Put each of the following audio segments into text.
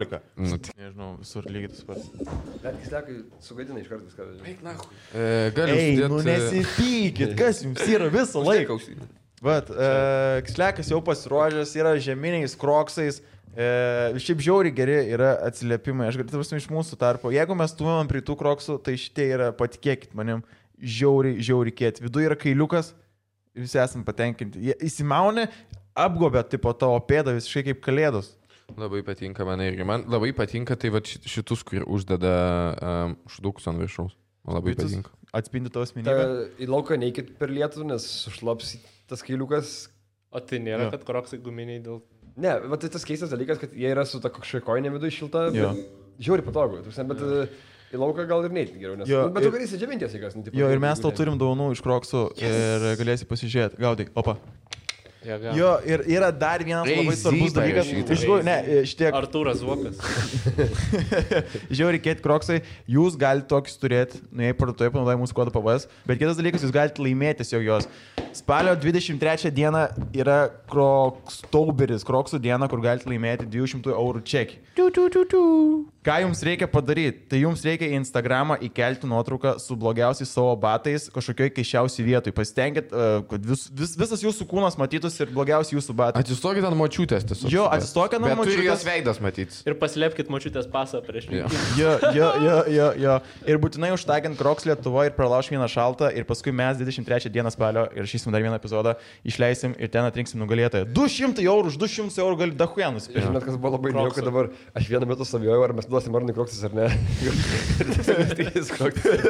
Lika. Nu, tai- Nežinau, visur lygiai tas pats. Bet kislekai sugadina iš karto viską. žinai. E, Galiu Ei, uždėt, nu e, nesipykit, kas jums yra visą laiką. Užsienį. Bet, e, Kslekas jau pasirodęs, yra žeminiais kroksais. E, šiaip žiauri geri yra atsiliepimai, aš galiu, tarsi, iš mūsų tarpo. Jeigu mes stumėm prie tų kroksų, tai šitie yra, patikėkit manim, žiauri, žiauri kiet. Viduje yra kailiukas, visi esam patenkinti. Jie įsimaunė, apgobė tipo tavo pėdą visiškai kaip kalėdos. Labai patinka man irgi. Man labai patinka tai va šit- šitus, kur uždeda um, šudukus ant viršaus. Man labai Šitus- patinka. Atspindi tavo asmenybę. Ta- Į lauką neikit per lietų, nes sušlaps tas kailiukas. O tai nėra, kad kroksai guminiai dėl... Ne, bet tai tas keistas dalykas, kad jie yra su ta šikoinė viduje šilta. Jo. Žiauri patogu, tu prasme, bet e, į lauką gal ir neiti geriau, nes... Jo, nu, bet tu ir- gali įsidžiavinti jas, kas nutiko. Jo, ir mes tau turim daunų iš kroksų ir galėsi pasižiūrėti. Gaudai, opa. Jie gal- Jo, ir yra dar vienas labai Crazy svarbus dalykas. parašyta. Iš tikrųjų, Tai ne, e, šitie Artūras Vokas. žiauri kiet kroksai, jūs galite tokius turėti, nu jei parduotuvėje panaudoja mūsų kodą PVS, bet kitas dalykas, jūs galite laimėti tiesiog jos. Spalio 23 diena yra krokstauberis, kroksų diena, kur galite laimėti 200 eurų čekį. Tu, tu, tu, tu. Ką jums reikia padaryti? Tai jums reikia į Instagramą įkelti nuotrauką su blogiausiais savo batais kažkokioj keiščiausiai vietoj. Pasitenkit, e, kad vis, vis, visas jūsų kūnas matytųsi ir blogiausi jūsų batai. Atsistokit ant močiutės tiesiog. Jo, atsistokit ant Bet turi močiutės. jos veidas matyti. Ir paslėpkit mačiutės pasą prieš jį. Jo. Jo, jo, jo, jo, jo. Ir būtinai užtagint Kroks Lietuvo ir pralauš vieną šaltą ir paskui mes 23 dieną spalio įrašysim dar vieną epizodą, išleisim ir ten atrinksim nugalėtoją. 200 eurų, už 200 eurų gali dahuja nusipirkti. Žinot, kas buvo labai įdomu, kad dabar aš vieną metu savijojau, ar mes duosim Arnui Kroksis ar ne. Jis Kroksis.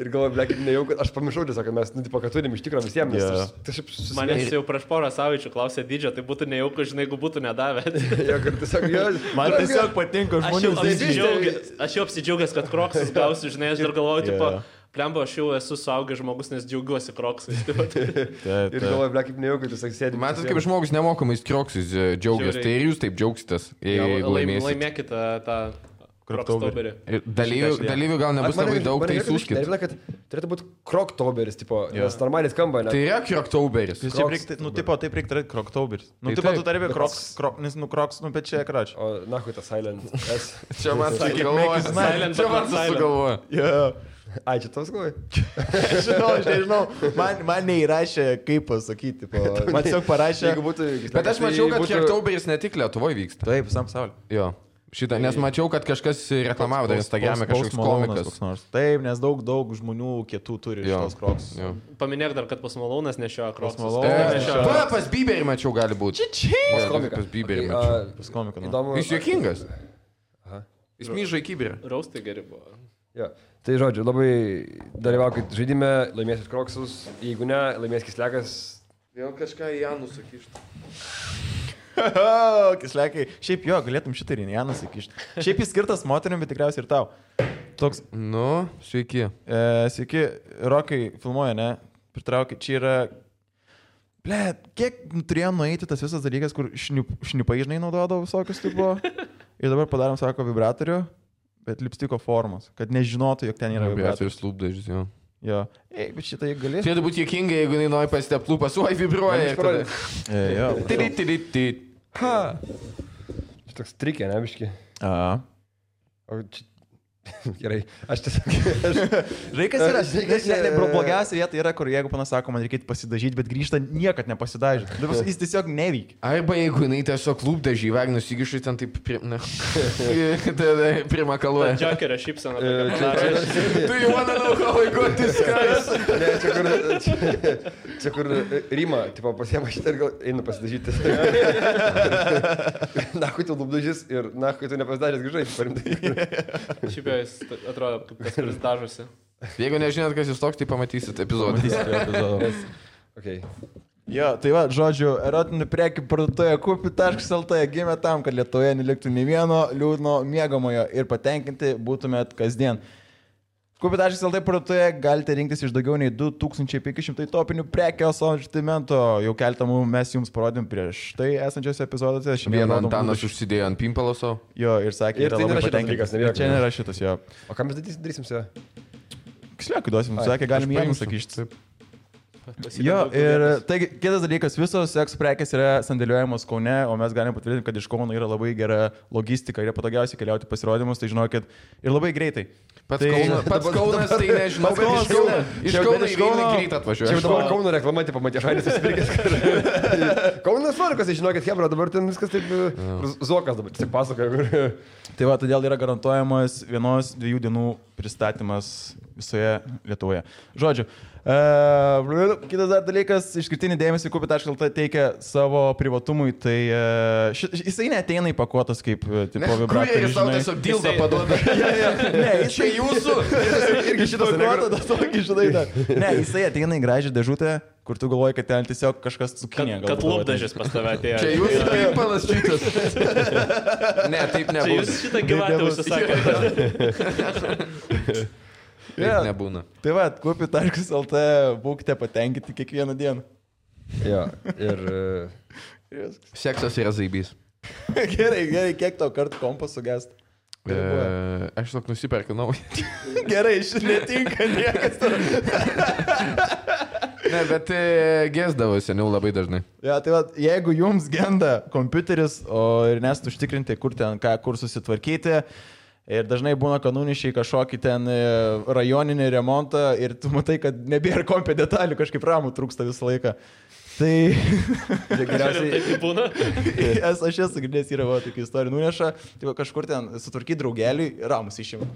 ir galvoju, blek, nejau, kad aš pamiršau tiesiog, kad mes, nu, tipo, kad turim iš tikrųjų visiems. tai Jo. Yeah. Kažkaip susimanė. Manęs jau prieš porą savaičių klausė dydžio, tai būtų nejauku, žinai, jeigu būtų nedavę. Jo, kad tiesiog, jo, Man tiesiog patinka Aš jau žmonių tai- žaidžiai. apsidžiaugęs, aš jau apsidžiaugęs kad kroksus gausiu, žinai, aš dar galvoju, Jo. tipo, plemba, aš jau esu suaugęs žmogus, nes džiaugiuosi kroksais. Tai vat- Taip, Ir taip. galvoju, blek, nejau, kad tiesiog sėdi. Matot, e, kaip žmogus nemokamais krioksais e, džiaugiasi, Žiauriai. tai ir jūs taip džiaugsitės, Jo, jeigu laim- laimėsite. Laimėkit tą, tą Krokstauberį. krokstauberį. Ir Dalyvių, dalyvių gal nebus labai daug, tai Ne, suskit. žinai, kad turėtų būti Kroktauberis, tipo, nes normaliai skamba, Tai ne? yra krioktoberis. Jūs Taip, reikti, nu, tipo, taip reikia turėti Kroktauberis. Nu, Tai tipo, tu taip. tarėbė Bet- Kroks, krok, nes, nu, Kroks, nu, bet čia krač. O, na, kui tas Silent S. Čia man Sakė, sugalvoja. make it silent, Čia but man not silent. sugalvoja. Yeah. Ai, čia tavs galvoj. žinau, aš nežinau, man, man neįrašė, kaip pasakyti. tipo, Man tiesiog parašė. Jeigu būtų... Bet aš mačiau, Tai kad krioktoberis ne tik Lietuvoje vyksta. Taip, visam pasauliu. Jo. Šitą, nes mačiau, kad kažkas reklamavo dar Instagram'e kažkoks komikas. Taip, nes daug, daug žmonių kietų turi Jo. šios kroks. Jo. Paminėk dar, kad pasmalaunas nešioja kroksus. Malone. E, O, nešioja. pa, Pas Bieberį mačiau gali būti. Pas komiką. Pas Bieberį Okay, mačiau. a, Pas komiką. nu. Įdomu. Jis juokingas. Jis myža į kiberį. Raustai geri buvo. Jo. Tai žodžiu, labai dalyvaukit žaidime, laimėsit kroksus, jeigu ne, laimės kislekas. Vėl kažką į Janus sakyštų. O, nu. Kislekai, šiaip jo, galėtum šitą ir į Janą sakyšti. Šiaip jis skirtas moterim, bet tikriausiai ir tau. Toks, Nu, sveiki. e, sveiki, rokai filmuoja, ne? Pritraukit, čia yra... Ble, kiek turėjo nueiti tas visas dalykas, kur šniup, šnipai žinai naudodavo visokius tipo. Ir dabar padarom, sako, vibratorių, bet lipstiko formos, kad nežinotų, jog ten yra vibratorius. Vibratorius lūpdažys, jo. Jo. Ei, bet šitą jie galės. Turėtų būti juokinga, jeigu jinai nori pasitepti lūpas, oi vibruoja. ir tada- E, jo. Tirit, tirit, tirit. Čia toks trikė, ne, biški. A. O čia... Gerai, aš tiesiog... Aš... Žaikas yra, Žinai, žaikas čia- ne, ne, bro, blogiausia vieta yra, kur jeigu panas sako, man reikėtų pasidažyti, bet grįžta niekad nepasidažyti. Dabar jis tiesiog neveikia. Arba jeigu jinai tiesiog lūpdažį vagnus įgišai ten taip pri... na, tada primakaluoja. Džokerio šypsena. E, tokia čia- panaši. Tu jau manai, kad laiko diskas. Ne, čia kur... Čia, čia kur Rima, tipo, pasiema šitą ir gal einu pasidažyti. na, kai tu lubdažys ir na, kai tu nepasidažęs grįžai, parimtai. Šiaip jau jis t- atrodo, kaip tas, kuris dažosi. Jeigu nežinot, kas jis toks, tai pamatysit epizodą. Okay. Jo, tai va, žodžiu, erotinių prekių parduotuvėje kupi.lt gimė tam, kad Lietuvoje neliktų nei vieno liūdno miegamojo ir patenkinti būtumėt kasdien. Kupi.lt parduotuvėje galite rinktis iš daugiau nei 2500 topinių prekių asortimento. Jau keltą mum- mes jums parodėm prieš tai esančiose epizodose. Šiandien Vieną rodom Antanas užsidėjo ant pimpalo savo. Jo, ir sakė, Ir yra tai labai nėra šitas patenkintas. dalykas, nebijok. Čia nėra šitas, jo. O ką mes darysim, darysim su juo? Ksliakui duosim, Ai, sakė, galim jiems aš paimsiu. sakyšti. Jo, pasidaro. ir e, taigi, kitas dalykas, visos seks prekes yra sandėliuojamos Kaune, o mes galime patvirtinti, kad iš Kauno yra labai gera logistika, yra patogiausia keliauti į pasirodymus, tai žinokit, ir labai greitai. Pats, Tai- Kauna, pats dabar- Kaunas, tai nežinau, Pats bet Kaunas, iš Kauno, ne. iš Čia jau Kauno bet į iš Vilnių Kauno- greit Čia jau atvažiuoju. dabar Kauno reklama, tai pamatė, Šainis susipirkęs. Kaunas tvarkosi, žinokit, Hebra, dabar ten viskas taip... Zokas dabar tik pasakoja. Tai va, todėl yra garantuojamas vienos, dviejų dienų pristatymas visoje Lietuvoje. Žodžiu, uh, kitas dar dalykas, išskirtinį dėmesį kupi.lt teikia savo privatumui, tai uh, ši, jisai neteina įpakuotas kaip e, tipo Kurjeris tau vibratorius. tiesiog dildą paduoda. Ne, jisai Čia jūsų. irgi šitas įpakuotas, tokį žinai. dar. Ne, jisai ateina į gražią dėžutę, kur tu galvoji, kad ten tiesiog kažkas Kad, cukinė. kad lūpdažis pas tave atėjo. Čia jūsų pimpalas šitas. Ne, taip Čia jūs nebūna. šitą gyvatę nebus. užsisakėte. Jo. Taip nebūna. Tai va, kupi.lt būkite patenkinti kiekvieną dieną. Jo, ir... e, Ir viskas. Seksas yra zaibys. Gerai, gerai, kiek tau kartų kompas sugest? E, Riboja. aš tiesiog nusiperku naują. Gerai, iš netinka niekas. Ne, bet e, gesdavo seniau labai dažnai. Ja, tai va, jeigu jums genda kompiuteris o, ir nesat užtikrinti, kur ten ką, kur susitvarkyti. Ir dažnai būna kanūnišiai kažkokį ten e, rajoninį remontą ir tu matai, kad nebėra kompė detalių, kažkaip ramų trūksta visą laiką. Tai Geriausiai. Geriausiai... Taip ir būna. es, aš esu girdėjęs, yra va, tokių istorijų nuneša, tai va, kažkur ten sutvarkyti draugelį, ramus išima.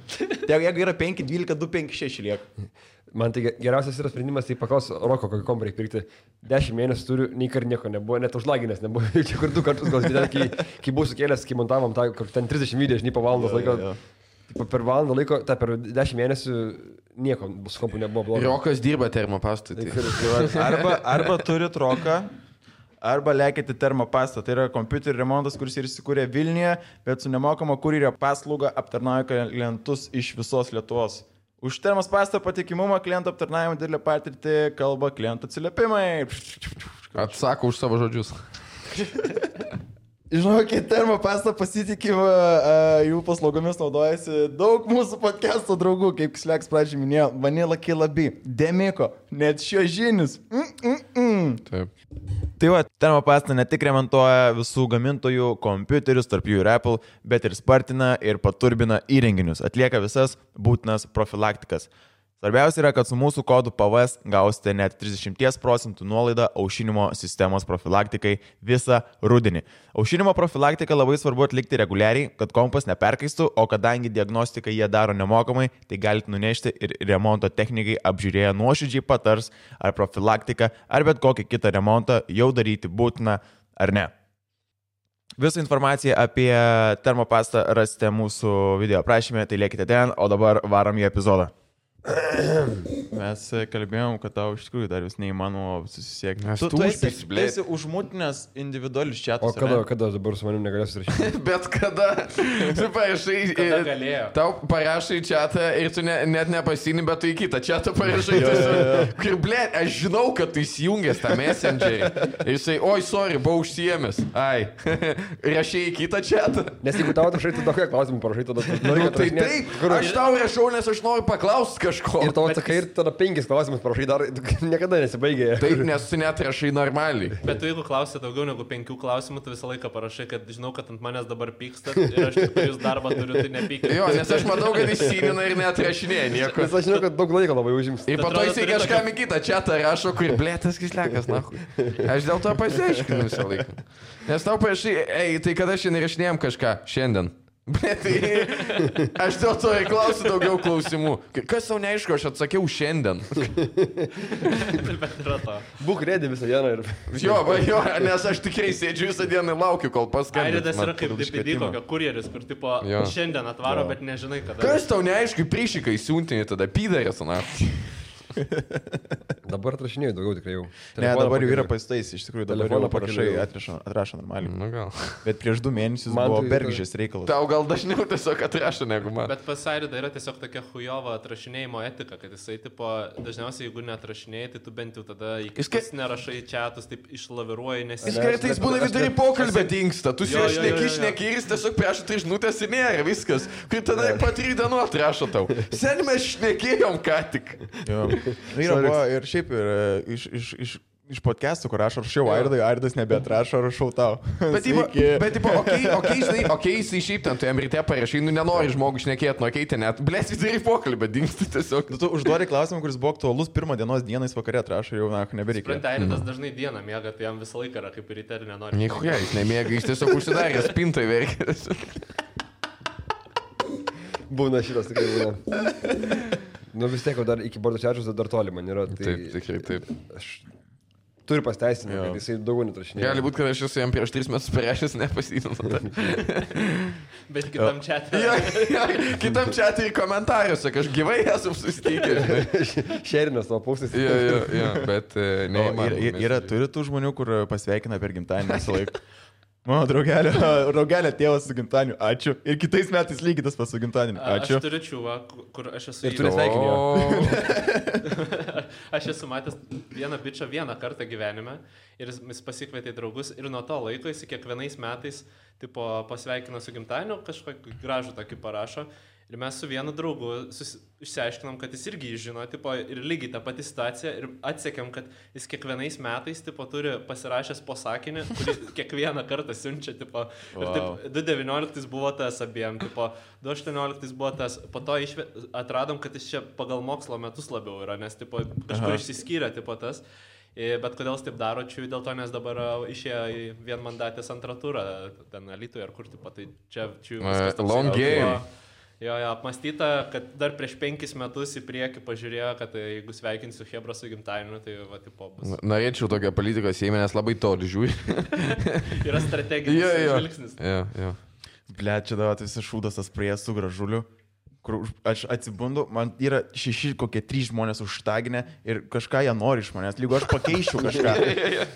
Tai jeigu yra 5, 12, 2, 5, 6 lieka. Man tai ge- geriausias yra sprendimas, tai paklaus Roko, kokį komprį pirkti. Dešimt mėnesių turiu, nei kar nieko nebuvo, net užlaginęs nebuvo. Čia kur du kartus gal, žinai, kai, kai buvau sukėlęs, kai montavom tą, kur ten 30 video, žinai, po valandos laiko. jo. Tipo, Per valandą laiko, ta per 10 mėnesių nieko su kompu nebuvo blogo. Rokas dirba termopastui. Tai Tai. kur- tai va, Arba, arba turit roką, arba leikėte termopastą. Tai yra kompiuterio remontas, kuris ir įsikūrė Vilniuje, bet su nemokama kurjerio paslauga aptarnauja klientus iš visos Lietuvos. Už termos pastą patikimumą, klientų aptarnavimą, didelę patirtį, kalba klientų atsiliepimai. Atsako už savo žodžius. Žinokit, termopastą pasitikimą e, jų paslaugomis naudojasi daug mūsų podcast'o draugų, kaip Sleks pradžioje minėjo, Vanilla Kilabi, Demiko, net šio žinius. Mm -mm -mm. Taip. Tai va, termopasta ne tik remontuoja visų gamintojų kompiuterius, tarp jų ir Apple, bet ir spartina ir paturbina įrenginius, atlieka visas būtinas profilaktikas. Svarbiausia yra, kad su mūsų kodu PVS gausite net 30 procentų nuolaidą aušinimo sistemos profilaktikai visą rudenį. Aušinimo profilaktiką labai svarbu atlikti reguliariai, kad kompas neperkaistų, o kadangi diagnostiką jie daro nemokamai, tai galite nunešti ir remonto technikai apžiūrėję nuoširdžiai patars, ar profilaktiką, ar bet kokį kitą remontą jau daryti būtina ar ne. Visą informaciją apie termopastą rasite mūsų video aprašymė, tai liekite ten, o dabar varom į epizodą. Mes e, kalbėjom, kad tau iš tikrųjų dar vis neįmanoma susisiekti. Nes tu užpisi, blet. esi užmutinęs individualius čia. O kada, kada dabar su manim negalėsiu rašyti? Bet kada, tu parašai, Kada e, galėjo? tau parašai čia tą ir tu ne, net nepasini, bet tu į kitą čia tą parašai. tiesiog. Ir blė, aš žinau, kad tu įsijungęs tą messengerį. Ir jisai, oi, sorry, buvau užsiemęs. Ai, rašai į kitą čia tą. Nes jeigu tau atrašai, tu tokia klausimų parašai, tada tu nori, Nu, kad tai atrašinėt. taip, aš tau rašau, nes aš noriu paklausti kažko. Ir tau atsakai, ir tada penkis klausimus parašai, dar niekada nesibaigė. Taip, nes tu net rašai normaliai. Bet tu jeigu klausai daugiau negu penkių klausimų, tu visą laiką parašai, kad žinau, kad ant manęs dabar pykstat ir aš tik jūs darbą turiu, tai nepykit. Jo, nes aš matau, kad įsijungina ir net rašinė nieko. Nes aš žinau, kad daug laiko labai užims. Ir po to Atrodo, jisai turi kažkam tokią- į kitą čia tą rašo, kur blėtas kislekas, na. Aš dėl to pasiaiškinu visą laiką. Nes tau parašai, ei, tai kada šiandien rašinėjom kažką? Šiandien. Bet tai, aš dėl to ir klausiu daugiau klausimų. Kas tau neaišku, aš atsakiau šiandien. Bet yra to. Būk rėdė visą dieną ir... Jo, va, jo, nes aš tikrai sėdžiu visą dieną ir laukiu, kol paskambins. Airidas man. yra kaip DPD kokio kurjeris, kur tipo Jo. šiandien atvaro, bet nežinai kada. Kas tau neaišku, prišikai siuntinį tada pydarės, na. Dabar atrašinėjau daugiau tikrai jau. Ne, Telefoną dabar jau yra pakeliu. pastais, iš tikrųjų dabar Telefoną jau parašai, pakeliu. atrašo, atrašo normaliai. Nu gal. Bet prieš du mėnesius Man buvo tai- bergžės reikalas. Tau gal dažniau tiesiog atrašo negu man. Bet pas Airidą yra tiesiog tokia hujova atrašinėjimo etika, kad jisai tipo dažniausiai jeigu neatrašinėjai, tai tu bent jau tada į Jis kai- kitus nerašai čia, tu taip išlaviruoji, nes Jis kartais būna vidury pokalbio dinksta, tu su Jo, juo jo, jo, šneki, jo, jo. šneki ir jis tiesiog prieš tai žinutės ir nėra viskas. Kai tada po trijų dienų atrašo tau. Sen mes šnekėjom ką tik. Jo. Nu, Yra buvo ir šiaip ir e, iš, iš, iš, iš podcastų, kur aš rašiau Airdai, Airdas nebetrašo, rašau tau. Bet, tipo, bet, tipo, okei, okay, okay, okay, jisai šiaip ten, tu jam ryte parašai, nu nenori žmogus šnekėti, nu keitė net, blės vidury pokalbį, dinksti tiesiog. Nu, tu užduori klausimą, kuris buvo aktualus pirmą dienos dieną, jis vakarė atrašo, jau, na, nebereikia. Sprintainas dažnai dieną mėga, tai jam visą laiką yra kaip ir ryte ir nenori. Nichuja, jis nemėga, jis tiesiog užsidarė, spintai veikia. Būna šitas tikrai būna. Nu vis tiek, o dar iki Bordo Čiačiaus dar toli man yra. Tai Taip, tikrai taip. Aš turiu pasteisinimą, Jo. kad jisai daugiau netrašinėjo. Gali būti, kad aš esu jam prieš tris metus parašęs, nepasitinu. Bet kitam čia Ja, ja, kitam čia tai komentaruose, kad aš gyvai esu susitikęs. Šerinas tavo pusės. Ja, ja, ja, bet e, O, neįmanoma. yra, yra turi tų žmonių, kur e, pasveikina per gimtadienį visą laiką. Mano draugelio, draugelio tėvas su gimtadieniu, ačiū. Ir kitais metais lygiai tas pats su gimtadieniu, ačiū. Aš turiu čiūvą, ku- kur aš esu Ir turi jį- sveikinimą. Aš esu matęs vieną bičią vieną kartą gyvenime ir jis- jis pasikvietė į draugus ir nuo to laiko jis kiekvienais metais tipo, pasveikina su gimtadieniu, kažkokį gražų tokį parašo. Ir mes su vienu draugu susi- išsiaiškinom, kad jis irgi jį žino, tipo, ir lygiai tą patį situaciją, ir atsiekėm, kad jis kiekvienais metais, tipo, turi pasirašęs posakinį, kurį kiekvieną kartą siunčia, tipo, ir Vau. taip, 2019 buvo tas abiem, tipo, 2018 buvo tas, po to išve... atradom, kad jis čia pagal mokslo metus labiau yra, nes tipo, kažkur Aha. Aha. išsiskyrė tipo, tas. I, Bet kodėl jis taip daro, čia dėl to, nes dabar a, išėjo į vienmandatės antrą turą, ten Alitoje ar kur, tipo, tai čia čia Na, long game. Jo, jo, apmastyta, kad dar prieš penkis metus į priekį pažiūrėjo, kad e, jeigu sveikinsiu Hebra su gimtadieniu, tai va, tipo, bus. Norėčiau tokią politiką seimę, nes labai toli žiūri. Yra strateginis Jo, jo. žvilgsnis. Ja, ja. Ble, čia davot visi šūdas tas prie su gražuliu. Kur už- aš atsibundu, man yra šeši kokie trys žmonės užtaginę ir kažką jie nori iš manęs, lygu aš pakeičiau kažką.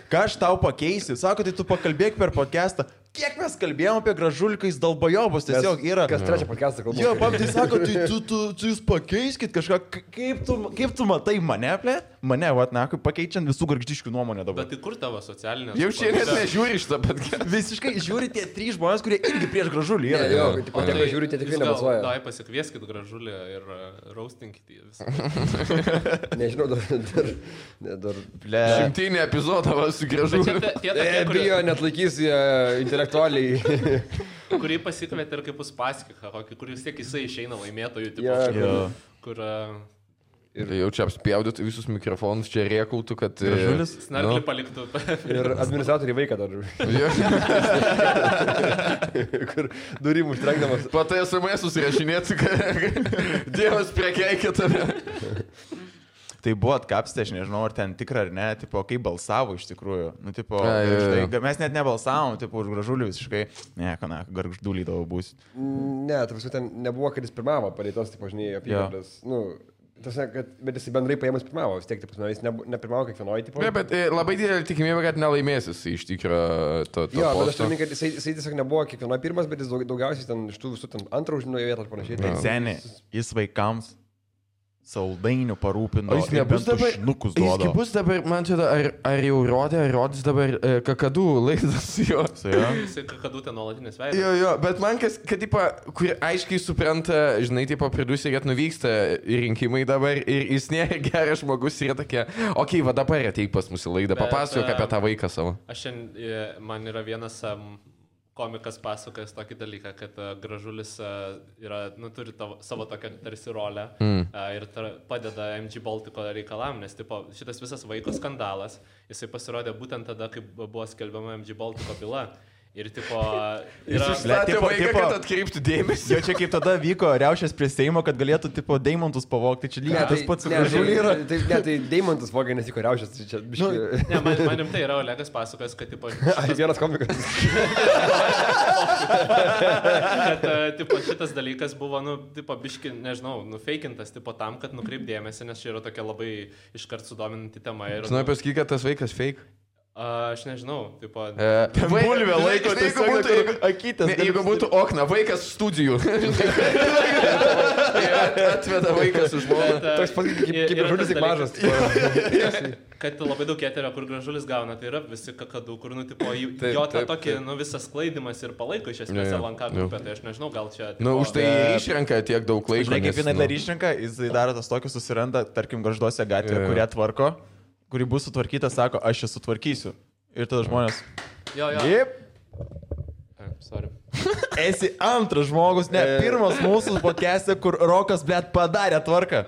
Ką aš tau pakeisiu? Sako, tai tu pakalbėk per podcastą. Kiek mes kalbėjom apie gražuliką, jis dalbajobus tiesiog yra. Kas trečią podcastą kalbu. Jo, pam, tai sako, tai tu, tu, tu jūs pakeiskit kažką, K- kaip tu, kaip tu matai mane, ple? Mane, va, na, kaip pakeičiant visų gargždiškių nuomonę dabar. Bet tai kur tavo socialinė? Jau čia net nežiūri šitą, bet gerai. Visiškai žiūri tie trys žmonės, kurie irgi prieš gražulį yra. Jo, kad tipo, tie, Tai kas žiūri, tie tikrai nebalsuoja. Dai pasikvieskit gražulį ir e, raustinkit jį visą. Nežinau, dar... dar, ne, dar. Ble, Šimtinį epizodą va, su gražu. Bet čia tai- tie, tie E, tokie, bijo, kurie, net laikys jie intelektualiai. kurį pasikvietė ir kaip bus paskiką, kur vis tiek jisai išeina laimėtojų, tipo, Jo, kur, jo. kur uh, Ir jau čia apspjaudytų visus mikrofonus, čia riekautų, kad... e, Gražulis? Nu. snarglį paliktų. Ir administratoriai vaiką dar. Jo, Kur durim užtrenkdamas. po to SMS susirašinėtų, kad Dievas priekeikė tave. Tai buvo atkapstė, aš nežinau, ar ten tikra ar ne, tipo, kaip balsavo iš tikrųjų. Nu, tipo, A, jo, jo, štai, jo. ga- mes net nebalsavom, tipo, už gražulį visiškai. Ne, kana, gargždulį tavo bus. Mm, Ne, tarsi ten nebuvo, kad jis pirmavo palėtos, tai pažinėjai apie Jo. jėgas. Nu, tarsi, kad, bet jis bendrai paėmus pirmavo, vis tiek, taip, jis ne, nepirmavo kiekvienoje tipo. Ne, bet e, labai didelė tikimybė, kad nelaimėsis iš tikrųjų to, to Jo, bet aš posto. turiu, omeny, kad jisai, jisai tiesiog nebuvo kiekvienoje pirmas, bet jis daug- daugiausiai ten iš tų visų ten antrą užinojo vietą ar panašiai. Bet Tai- seniai, jis vaikams saldainių parūpino. O jis nebus dabar... Šnukus Jis gi Nu, duoda. bus dabar, man čia, ar, ar jau rodė, ar rodys dabar e, kakadų laidas su juo. Su juo? Jisai kakadutė nuolatinis veidas. Jo, jo, bet man kas, kad, tipo, kur aiškiai supranta, žinai, tipo, pridusė, kad nuvyksta rinkimai dabar ir jis nėra geras žmogus ir jie tokie, okei, va dabar ateik pas mūsų laidą, Bet, papasakok em, e, apie tą vaiką savo. Aš šiandien, e, man yra vienas am, komikas pasakojęs tokį dalyką, kad a, gražulis a, yra, nu, turi tavo, savo tokią tarsi rolę mm. ir tar, padeda MG Baltico reikalam, nes tipo, šitas visas vaiko skandalas, jisai pasirodė būtent tada, kai bu- buvo skelbiama MG Baltico byla. Ir tipo, yra... užsakė Statė tipo- vaiką, tipo- kad atkreiptų dėmesį. Jo čia kaip tada vyko riaušės prie Seimo, kad galėtų, tipo, deimantus pavogti. Čia lygiai tas pats su ne, tai, gražuliu yra. tai, ne, tai Deimantas vogė nesikoriausias, tai čia biškai. Ne, man, man rimtai yra Olegas pasakojęs, kad tipo, Ai, vienas komikas. kad e, tipo, šitas dalykas buvo, nu, tipo, biški, nežinau, nufeikintas, tipo, tam, kad nukreipdėmėsi, nes čia yra tokia labai iškart sudominanti tema. Ir, Žinau, pasakyk, kad tas vaikas fake. A, A, Aš nežinau, tipo. E, vai- Bulvė žinai, laiko žinai, tiesiog, jeigu būtų, kur akytės ne, gali jeigu būtų okna, vaikas studijų. Ir at- Atveda vaikas už žmoną. bet, e, Toks pats kaip, i- kaip yra ir žodis, tas tik mažas. dalykas, tipo. Kad labai daug eterio, kur gražulis gauna, tai yra visi kakadu, kur, nu, tipo, jį- Taip, jo tą taip, tokį, taip. nu, visas klaidimas ir palaiko iš Jo, esmės jo, LNK jo. grupę, tai aš nežinau, gal čia... Nu, tipo, už tai Bet- išrenka tiek daug laiko. Žinai, kaip nes, jinai nu, dar išrenka, jisai daro tas tokius, susiranda, tarkim, garžduose gatvėje, Jo, jo. kurią tvarko, kuri bus sutvarkyta, sako, aš ją sutvarkysiu. Ir tada žmonės. Jo, jo. Jip, E, Sorry. esi antras žmogus, ne E. pirmas mūsų podcast'e, kur Rokas, blėt, padarė tvarką.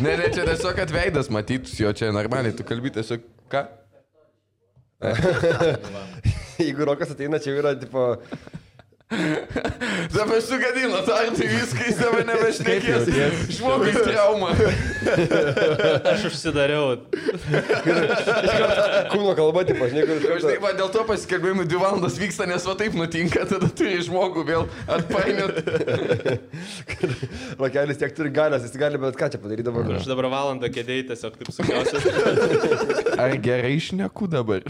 Ne, ne, čia tiesiog atveidas matytus, jo čia normaliai, tu kalbėt tiesiog ką? Jeigu rokas ateina, čia jau yra, tipo, Dabar sugadino, ar tai viską jis dabar nebešnekės. Žmogui trauma. Aš užsidariau. kūno kalba, tipo, žinai, kur iš Žinai, karto- tai, va, dėl to pasikalbėjimai dvi valandas vyksta, nes va taip nutinka, tada turi žmogų vėl atpainiot. Rokelis tiek turi galios, jis gali bet ką čia padaryti dabar. Aš dabar valandą kėdėjai tiesiog taip sukiausiu. Ar gerai išneku dabar?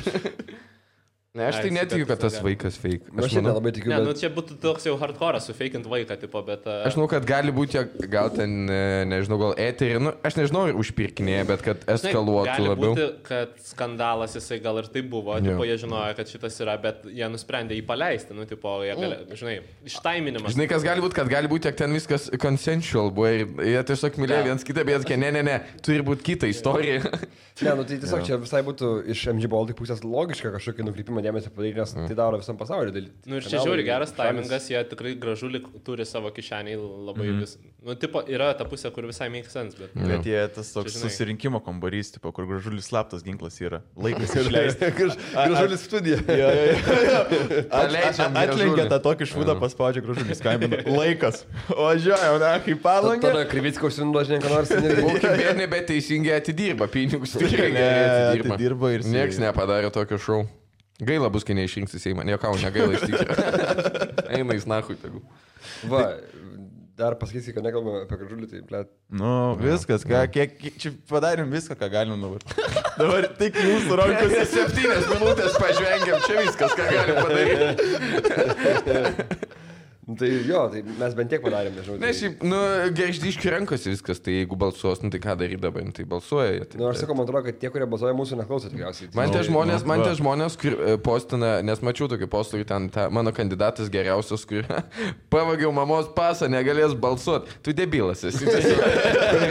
Ne, aš tai Ai, netikiu, kad tas supratau. vaikas fake. Aš Aš šiandien manau, nelabai tikiu, Ne, nu bet čia būtų toks jau hardcore, sufeikint vaiką, tipo, bet... e, aš manau, kad gali būti, jog gal ten, e, nežinau, gal eterį, nu, aš nežinau, ar užpirkinėja, bet kad žinai, eskaluotų gali labiau. Būti, kad skandalas jisai gal ir tai buvo, Jo. tipo, jie žinojo, kad šitas yra, bet jie nusprendė jį paleisti, nu, tipo, jie gali, žinai, ištaiminimas. Žinai, kas gali būti, kad gali būti, jog ten viskas consensual buvo ir jie tiesiog mylėjo Jo. viens kitą, bet jie sakė, ne, ne, ne, turi būti kita istorija. ne, nu tai tiesiog čia visai būtų iš MG Baltic pusės logiška kažkokį nukrypimą dėmesio padaryti, nes tai daro visam pasauliu dalykų. Nu ir čia žiauri geras timingas, jie tikrai gražu lik, turi savo kišeniai labai Mhm. mm -hmm. vis. Nu, tipo, yra ta pusė, kur visai makes sense, bet... Jo. Bet jie tas toks Čia žinai. susirinkimo kambarys, tipo, kur gražulis slaptas ginklas yra. Laikas išleisti. Gražulis studija. Paleidžiam Atlenkia gražulį. tą tokį švudą, paspaudžia gražulį, skambina. Laikas. Važiuojam, ne, kaip palangė. Tada Krivitskaus nuvažinė, ką nors Būkime nereikia. vieni, bet teisingai atidirba pinigus. Tikrai Ne, gerai atidirba ir Niekas sėdi. nepadarė tokio šau. Gaila bus, kai neišrinks į Seimą. Niekau, negaila iš tikrųjų. Eina į snahui, tegu. Va, dar pasakysi, kad nekalbame apie gražulį, tai ble. Nu, viskas, ką, kiek, kiek čia padarėm viską, ką galim dabar. Dabar tik jūsų rankose. Septynės minutės pažvengiam, čia viskas, ką galim padaryti. Nu, Tai jo, tai mes bent tiek padarėme, nežinau. tai- Na, šiaip, nu, gerždyškių rankose viskas, tai jeigu balsuos, nu tai ką daryti dabar, nu, tai balsuoja. jie, tai- Na, aš sakau, man atrodo, kad tie, kurie balsuoja mūsų, neklauso tikriausiai. Man tie Tai- žmonės, man tie va. žmonės, kur e, postina, nes mačiau tokį postą, kur ten ta, mano kandidatas geriausias, kur pavagiau mamos pasą, negalės balsuoti. Tu debilas esi. Tai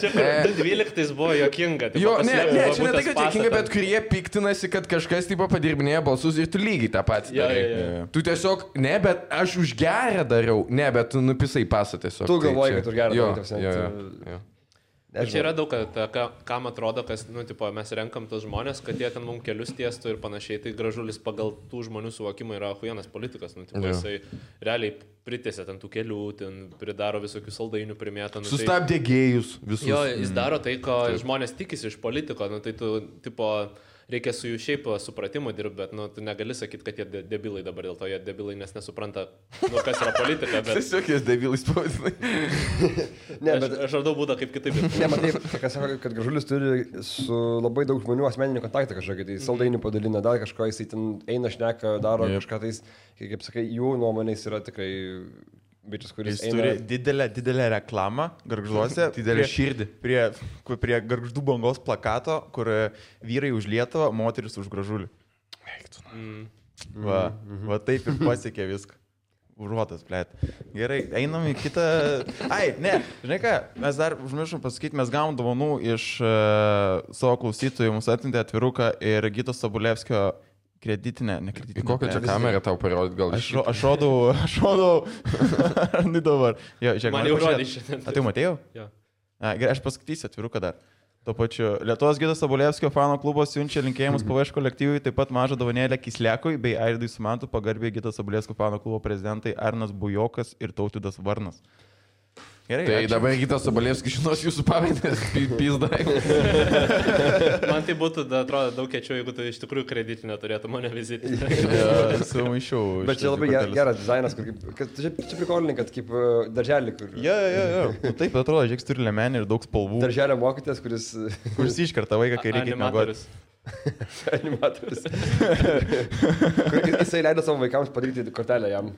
Čia E. 12 buvo jokinga. tipo, Jo, ne, pasiėmė ne, čia ne tai, bobutės kad pasą tikinga, ten. bet kurie piktinasi, kad kažkas tipo padirbinėja balsus ir tu lygiai tą patį. Jo, darai. jo, jo, jo. Tu tiesiog, ne, bet aš už gerą dariau, ne, bet tu nupisai pasą tiesiog. Tu Tai galvoji, čia- kad už gerą jo, darai, ta prasme, jo, tu- jo, jo. Bet Nežinau. Čia yra daug, kad, e, ka, kam atrodo, kas, nu, tipo, mes renkam tos žmonės, kad jie ten mums kelius tiestų ir panašiai, tai gražulis pagal tų žmonių suvokimą yra huijanas politikas, nu, tipo, Jo. jisai realiai pritėsia ten tų kelių, ten pridaro visokių saldainių primėtą. Nu, tai- Sustabdė gėjus visus. Jo, jis daro tai, ko Taip. žmonės tikisi iš politiko, nu, tai tu, tipo, reikia su jų šiaip supratimu dirbti, bet, nu, tu negali sakyti, kad jie de- debilai dabar dėl to, jie debilai, nes nesupranta, nu, kas yra politika, bet Tiesiog jis debilas pavadinai. Ne, aš, bet aš radau būdą, kaip kitaip. dirbti. Ne, matai, kas sako, kad gražulis turi su labai daug žmonių asmeninį kontaktą kažkokį, tai saldainių padalina, dar kažko, jisai ten eina, šneka, daro yep. kažką, tai, jis, kaip kaip sakai, jų nuomonės yra tikrai bičias, kuris Jis turi didelę, didelę reklamą garžduose. Didelę prie- širdį. Prie, kur- prie garždų bangos plakato, kur e, vyrai už Lietuvą, moteris už gražulį. Mm. Va, va taip ir pasiekė viską. Užuotas, plėt. Gerai, einam į kitą. Ai, ne, žinai ką, mes dar užmiršom pasakyti, mes gavom dovanų iš uh, savo klausytojų, mums atintė atviruką ir Gytos Sabulevskio kreditinę, ne kreditinę. Kokią čia ne. kamerą tau parodyti gal Aš, ro- aš rodau, aš rodau. Nu dabar. Jo, žiūrėk, Man man jau pažiūrėt. rodė šiandien. A, tai matėjau? Jo. A, gerai, aš paskaitysiu atviruką dar. Tuo pačiu, Lietuvos Gidas Abulevskio fano klubas siunčia linkėjimus PVŠ kolektyvui, taip pat mažą dovanėlę Kislekui bei Airidui Sumantu pagarbiai Gidas Abulevskio fano klubo prezidentai Arnas Bujokas ir Tautidas Varnas. Gerai, Tai ačiū. dabar Gytas Sobalėvskis žinos jūsų pavadinės pizda. Man tai būtų, da, atrodo, daug kečiau, jeigu tu iš tikrųjų kreditinę turėtum, o ne vizitinę. Ja, sumaišiau. šitas Bet čia labai ger, korteles. geras dizainas, kur kaip, kad, čia, čia prikolinė, kad kaip e, darželį, kur... Jo, jo, jo, jo. Nu, Taip atrodo, žiūrėk, turi lemenį ir daug spalvų. Darželio mokytės, kuris... Kuris iškarta vaiką, kai reikia mėgoti. Animatorius. Animatorius. Kur jisai leido savo vaikams padaryti kortelę jam.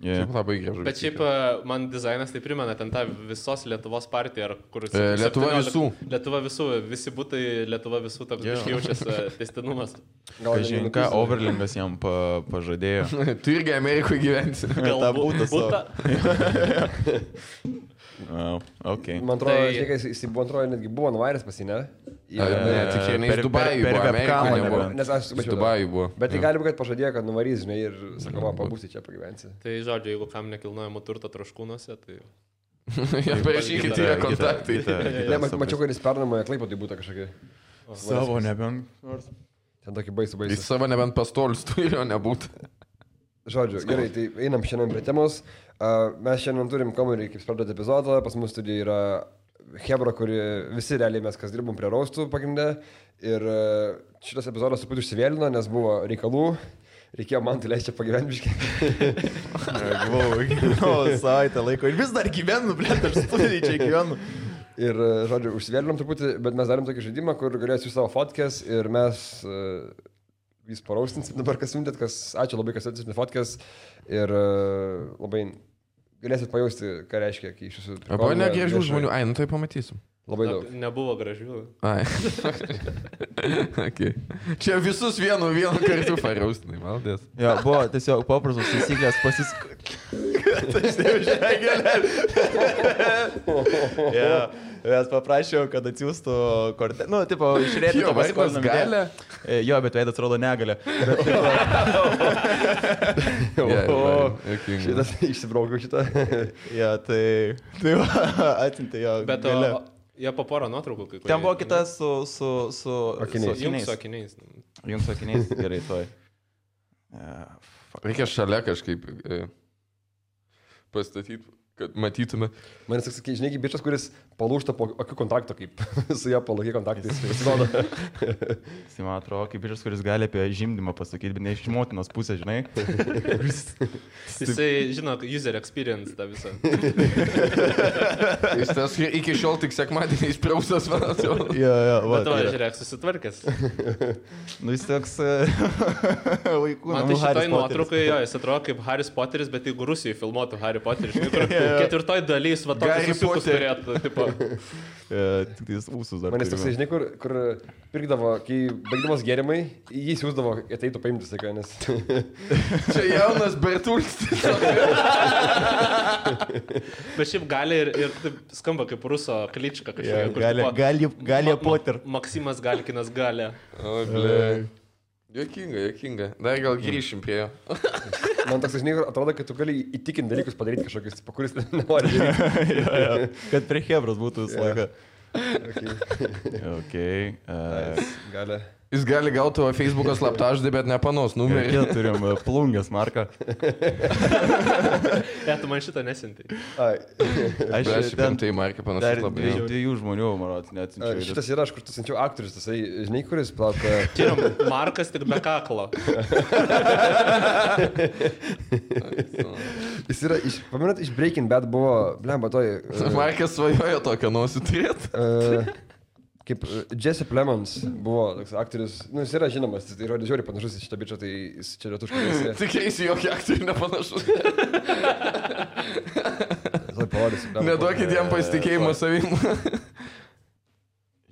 Yeah. Šiaip labai gražu. Bet šiaip e, man dizainas tai primena ten tą visos Lietuvos partiją, ar kur... E, Lietuva 17 visų. Lietuva visų, visi būtai Lietuva visų, toks Jo. yeah. jaučiasi e, tęstinumas. Gal Kažin ką Overlingas jam pa, pažadėjo. Tu irgi Amerikoje gyvensi. Tą butą savo. būta. Oh, okay. Man atrodo, Tai- tai... jis, jis buvo, atrodo, netgi buvo nuvairęs pas jį, ne? Ne, tik čia ne per- iš Dubajų per- buvo. per webkamą Amerikoje nebuvo. nebent. Nes aš Iš mačiau tą. Dubajų buvo. Bet tai Jo. gali būti, kad pažadėjo, kad nuvarys, žinai, ir sako, va, pabūsi čia, pagyvensi. Tai žodžiu, jeigu kam nekilnojamo turto traškūnuose, tai... Jo, Parašykit yra Kita- kontaktai. kita- kita- Ne, ma- kita mačiau, kad jis pernamoja klaipą, tai būtų kažkokia. Savo nebent. Ten tokį baisų Jis baisų. savo nebent pastolius turi, jo nebūtų. Žodžiu, gerai, tai einam šiandien prie temos. Uh, mes šiandien turim komerį, kaip suprantate, epizodą. Pas mus studija yra Hebra, kuri visi realiai mes kas dirbom prie raustų pagrindę. Ir uh, šitas epizodas truputį užsivėlino, nes buvo reikalų. Reikėjo man tai leisti pagyventi. Buvau, buvau savaitę laiko ir vis dar gyvenu, blė, aš studijai čia gyvenu. Ir, e, žodžiu, užsivėlinom truputį, bet mes darėm tokį žaidimą, kur galėsiu savo fotkės ir mes uh, vis paraustinsim dabar, kas siuntėt, kas ačiū labai, kas atsiuntėt fotkės ir uh, labai galėsit pajausti, ką reiškia, kai iš jūsų... Buvo prikolina negražių viešai. žmonių. Ai, nu tai pamatysim. Labai daug. Nebuvo gražių. Ai. okay. Čia visus vienu, vienu kartu pariaustinai, maldės. Jo, buvo tiesiog paprastos taisyklės pasis... Jo, Mes paprašiau, kad atsiųstų kortelę. Nu, tipo, išrėti Jo, to vaidas paskoliną gali. E, Jo, bet veidas rodo negalę. Yeah, Šitas. Šitas išsibraukiau šitą. Jo, tai... Tai va, atsiuntė jo. Bet o, gale. jie po porą nuotraukų kai kurie. Ten buvo kita su... su... su... Akiniais. su Jums nu. akiniais. su akiniais. nu. Jums su akiniais, gerai, E, toj. Reikia šalia kažkaip e, pastatyti, kad matytume. Manis toks, kai, žinai, kaip bičias, kuris palūšta po akių kontakto, kaip su ja palaikiai kontaktais. Pasirodo. Jis tai man atrodo kaip bičias, kuris gali apie žimdymą pasakyti, bet ne iš motinos pusės, žinai. Kuris- Jisai žino user experience tą visą. Jis tas iki šiol tik sekmadienį išprausas vanas jau. Jo, jo, va. Bet to, tai yra. žiūrėk, susitvarkęs. Nu, jis toks e, vaikų. namų Man tai Haris šitoj Poteris. nuotraukai, jo, jis atrodo kaip Haris Poteris, bet jeigu Rusijai filmuotų Harry Poterį, iš tikrųjų, Jo. ketvirtoj dalys, va Gary tokius susiukus Potter. turėtų, tipo, E, Tik tai jis ūsus dar. Manis turi, toksai, žinai, kur, kur pirkdavo, kai baigdavos gėrimai, jį siūsdavo, ateitų paimti, sakai, nes... Čia jaunas Bertulis. tiesiog. bet šiaip gali ir, ir taip skamba kaip ruso klička jo. Jo, kažkokia. kur, Gali, tipo, gali, gali Ma- ma- poter. Maksimas Galkinas gali. Oi, ble. Jokinga, jokinga. Dar gal grįšim prie jo. Man toks, žinai, kur atrodo, kad tu gali įtikinti dalykus padaryti kažkokius, po kuris nenori. daryt. Jo, jo. Kad prie Hebros būtų visą laiką. Okay. Uh, Gali. Jis gali gauti tavo Facebook'o slaptažodį, bet nepanos numerį. Čia turim e, plungės marką. Ne, E, tu man šitą nesinti. Ai, Aš e, Aš jau ten ten tai marka dar panašiai labai. dviejų, dviejų žmonių, marot, ai, neatsiunčiau. šitas yra, aš kur tu sančiau aktorius, tas, žinai, kuris plata. Čia yra Markas tik be kaklo. Jis yra, iš, pamenat, iš Breaking Bad buvo, e, blem, batoj. Markas svajojo tokią nosį turėti. e, Kaip e, Jesse Plemons buvo toks aktorius, nu jis yra žinomas, jis yra žiauriai panašus į šitą bičią, tai jis čia lietuškai. Tikėjusi, jokio aktorių nepanašus. Tai Tuoj parodysiu. blemba. Neduokit jam pasitikėjimo savim.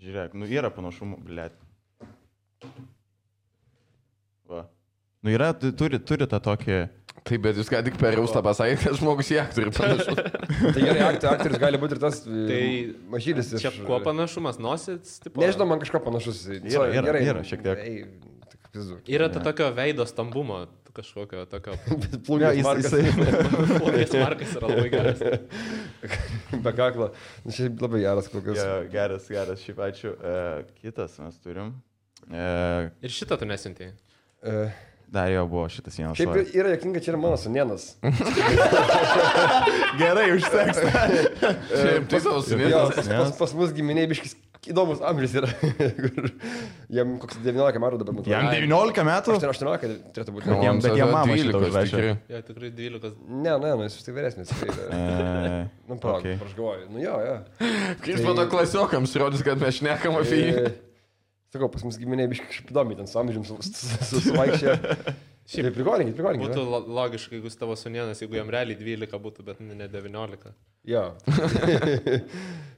Žiūrėk, nu yra panašumų, blėt. Va. Nu yra, tu- turi, turi tą tokį... Taip, bet jūs ką tik perjaustą pasakėte, kad žmogus į aktorių panašus. Tai gerai, aktu- aktorius gali būti ir tas tai Tai mažylis. Čia iš- kuo panašumas, nosis, tipo. Nežinau, man kažko panašus. jisai. Yra, Sorry, yra, yra šiek tiek. Ei, tik pizdu. Yra to tokio veido stambumo, kažkokio tokio. Bet plūgas jis- markas jisai- Plūkės Markas yra labai geras. be kaklo. Nu, šiaip labai geras kol kas. Jo, geras, geras, šiaip ačiū. E, kitas mes turim. E, Ir šitą tu nesinti. E, dar jo buvo šitas vienas. Šiaip šuolis. yra jokinga, čia yra mano sunienas. Mhm. Gerai, užteks. Čia tai savo Jo, sunienas. pas, pas, pas mus giminiai biškis įdomus amžius yra. Kur Jam koks 19 metų dabar matau. Jam 19 metų? 18 turėtų būti. Bet jam- bet jam mamą šitą užrašė. Jo, tikrai 12. Ne, ne, nu, jis vis tik vyresnis. E, Tai, nu, palauk, okei. okay. aš galvoju. Nu, jo, jo. Kaip mano klasiokams rodys, kad mes šnekam apie jį. E, Sakau, pas mus giminė biškai įdomi, ten su Tai amžiumi susivaikščia. Šiaip prigoninkit, prigoninkit. Būtų lo- logiška, jeigu jis tavo sunienas, jeigu jam realiai 12 būtų, bet nu, ne ne 19. Jo. Tai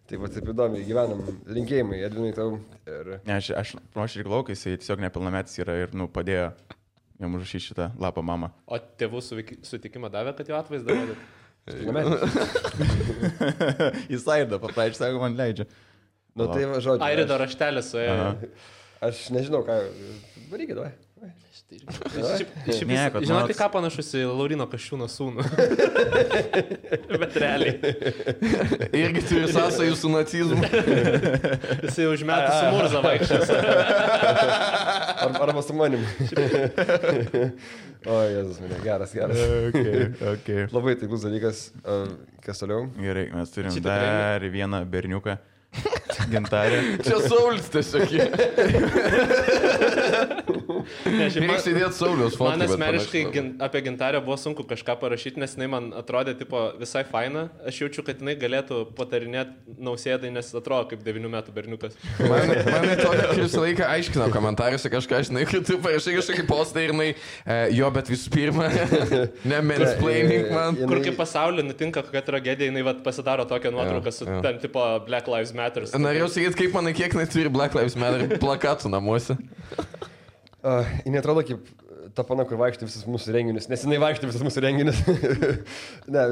Taip pat taip įdomi, gyvenam linkėjimai, Edvinai tau. Ir... Ne, aš, aš, aš ir glaukai, jis tiesiog nepilnametis yra ir, nu, padėjo jam užrašyti šitą lapą mamą. O tėvų suviki- sutikimą davė, kad jo atvaizdą rodyt. E, Pilnametis. jis aido, paprašė, sako, man leidžia. Nu tai va, žodžiu. Airido aš- raštelė suėjo. Aha. Aš nežinau, ką. Varykit, va. Ne, kad Žinai, nors- tai ką panašus į Laurino Kaščiūno sūnų. bet realiai. Irgi turi sąsajų su nacizmu. Jis jau užmetęs su Murza vaikščias. Ar, arba su manim. o, Jėzus, mane, geras, geras. Okay, okay. Labai taiklus dalykas. A, Kas toliau? Gerai, mes turim Šitą dar vieną berniuką. Gintarė. Čia Saulis tiesiog. Ne, šiaip Reiks man- įdėti Saulius fondą. Man asmeniškai gin, apie gintarę buvo sunku kažką parašyti, nes jinai man atrodė tipo, visai faina. Aš jaučiu, kad jinai galėtų patarinėti nausėdai, nes atrodo kaip 9 metų berniukas. Man, man atrodo, kad visą laiką aiškinau komentaruose kažką, žinai, kad tu parašai kažkokį postą ir jinai, e, jo, bet visų pirma, ne E, mansplaining man. Kur kaip pasaulyje nutinka kokia tragedija, jinai vat, pasidaro tokią nuotrauką su jo. ten tipo Black Lives Matter. Norėjau sakyti, kaip manai, kiek jinai turi Black Lives Matter plakatų namuose. Jis netrodo kaip ta pana, kur vaikšti visus mūsų renginius, nes jinai vaikšti visus mūsų renginius. ne,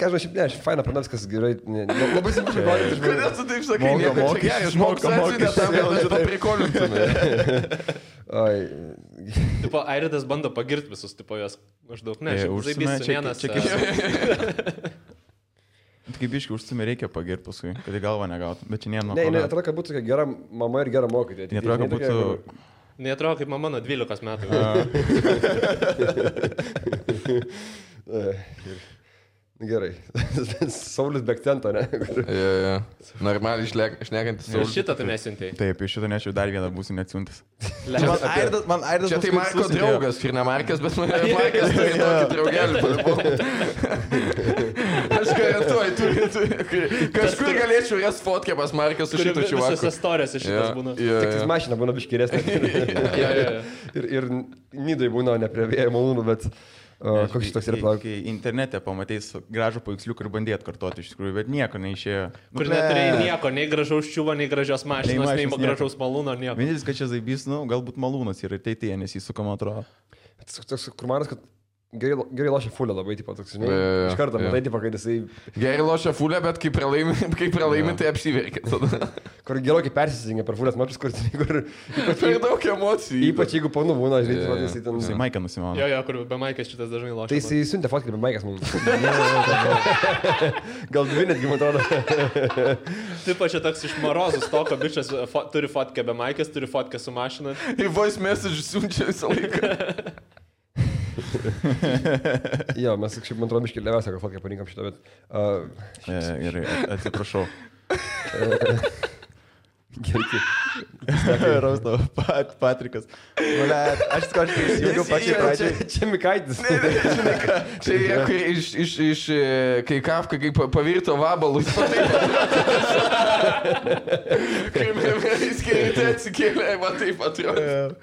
ką žinau, šiaip ne, aš faina, pana, viskas gerai. Ne, ne, labai sunku žinoti. Kodėl tu taip sakai? Moka Nieko čia mokesčius, gerai, išmoks moka atsidėti tam, kad aš to prikolintume. Tipo, Airidas bando pagirti visus, tipo jos maždaug, ne, E, šiaip užsimena, žaibys e, čia- vienas. čia Kaip iški užsime reikia pagirti paskui, kad į galvą negautum. Bet čia nėra nuo Ne, ko. ne, dar. atrodo, kad būtų tokia gera mama ir gera mokytoja. Neatrodo, kad Jinai būtų... tokia- Neatrodo kaip mama nuo 12 metų. E, ir- Gerai. Saulis Bektento, ne? Kur- Normaliai išlek- šnekantis Ir Saulis. šitą tai tu nesiuntėjai. Taip, iš šito nešiau dar vieną būsiu neatsiuntis. Lemon Airdas, man Airdas. Čia tai Marko draugas, ir ne Markas, bet mane Markas turi tokį draugelį. padabar. Aš garantuoju, turi, turi. Kažkur galėčiau jas fotkę pas Markas su Kuri šitu visas čiuvaku. istorijas iš šitas būna. Tik tais mašina būna biškiresnė. Jo, jo, jo. ir, ir nidai būna neprievėjai malūnų, bet o, koks šitas yra plaukas. Kai internete pamatys gražų paveiksliuką ir bandė atkartoti iš tikrųjų, bet nieko neišėjo. Kur Ble. neturėjai nieko, nei gražaus čiūvo, nei gražios mašinos, nei, mašinos, nei gražaus malūno, nieko. Vienintelis, kad čia zaibys, nu, galbūt malūnas yra ateityje, nes jis sukama atrodo. Toks- Toks kurmanas, kad gerai, lo- gerai lošia fulę labai, tipo, toks, žinai, Jo, jo, jo. iš karto, Jo. matai, tipo, kad jisai, Gerai lošia fulę, bet kai pralaimi, kai pralaimi tai apsiverkia. tada. kur gerokai persisingia per fulės mačius, kur, kur Per daug emocijų. ypač jeigu panu būna, žinai, Jo, tipo, jo. jisai ten... Jisai Maiką nusimano. Jo, jo, kur be maikės šitas dažnai lošia. Tai jisai siuntė fotkę, bet Maikas mums. Gal dvi netgi, man atrodo. Taip, čia toks iš morozų stoko bičias fo, turi fotkę be maikės, turi fotkę su mašina. Į voice message siunčia visą laiką. Jo, mes kažkaip, man atrodo, biškai levesą, kad fotkę parinkom šitą, bet... Uh, E, Gerai, at- atsiprašau. gerai, Rausto, pat, Patrikas. Mane, aš kažkaip įsijungiau pačiai Jis- pradžiai. čia, čia Mikaitis. Žinai, ką, Čia jie, kai iš, iš, iš, e, kai kafka, kaip pa- pavirto vabalus. Kai jis kėlė, atsikėlė, man taip atrodo.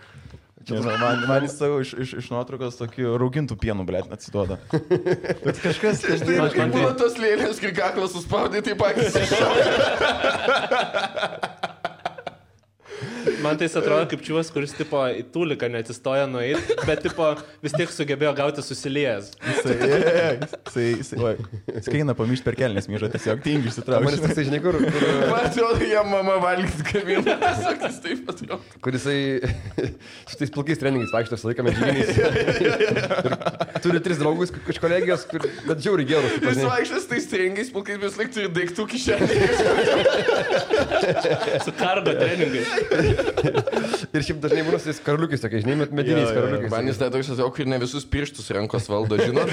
Nežinau, man, man jis savo iš, iš, iš nuotraukos tokių raugintų pienų, blė, atsiduoda. Bet kažkas, Štai, kažkas, kai būna tos lėlės, kai kaklas suspaudė, tai patys iššaukia. Man tai jis atrodo kaip čiūvas, kuris tipo į tuliką neatsistoja nueiti, bet tipo vis tiek sugebėjo gauti susiliejęs. jisai, jisai, jisai, oi, jis kai eina pamišti per kelnes, myžo tiesiog tingi Manis išsitraukti. toksai, žinai, kur, kur, Man atrodo, jam mama valgys kabiną. Sakys taip atrodo. kur jisai su tais plakiais treningais vaikšto visą laiką medžiaginiais. Turi tris draugus ku- iš kolegijos, kur, bet žiauriai gerus. tipo, Jis žinai. vaikštas tais trengiais, pulkais vis laik turi daiktų kišenėje. Su kargo treningais. Ir šiaip dažnai būna su tais karaliukais, tokiais, žinai, met- mediniais karaliukais. Man jis tai toks, o kur ne visus pirštus rankos valdo, žinot?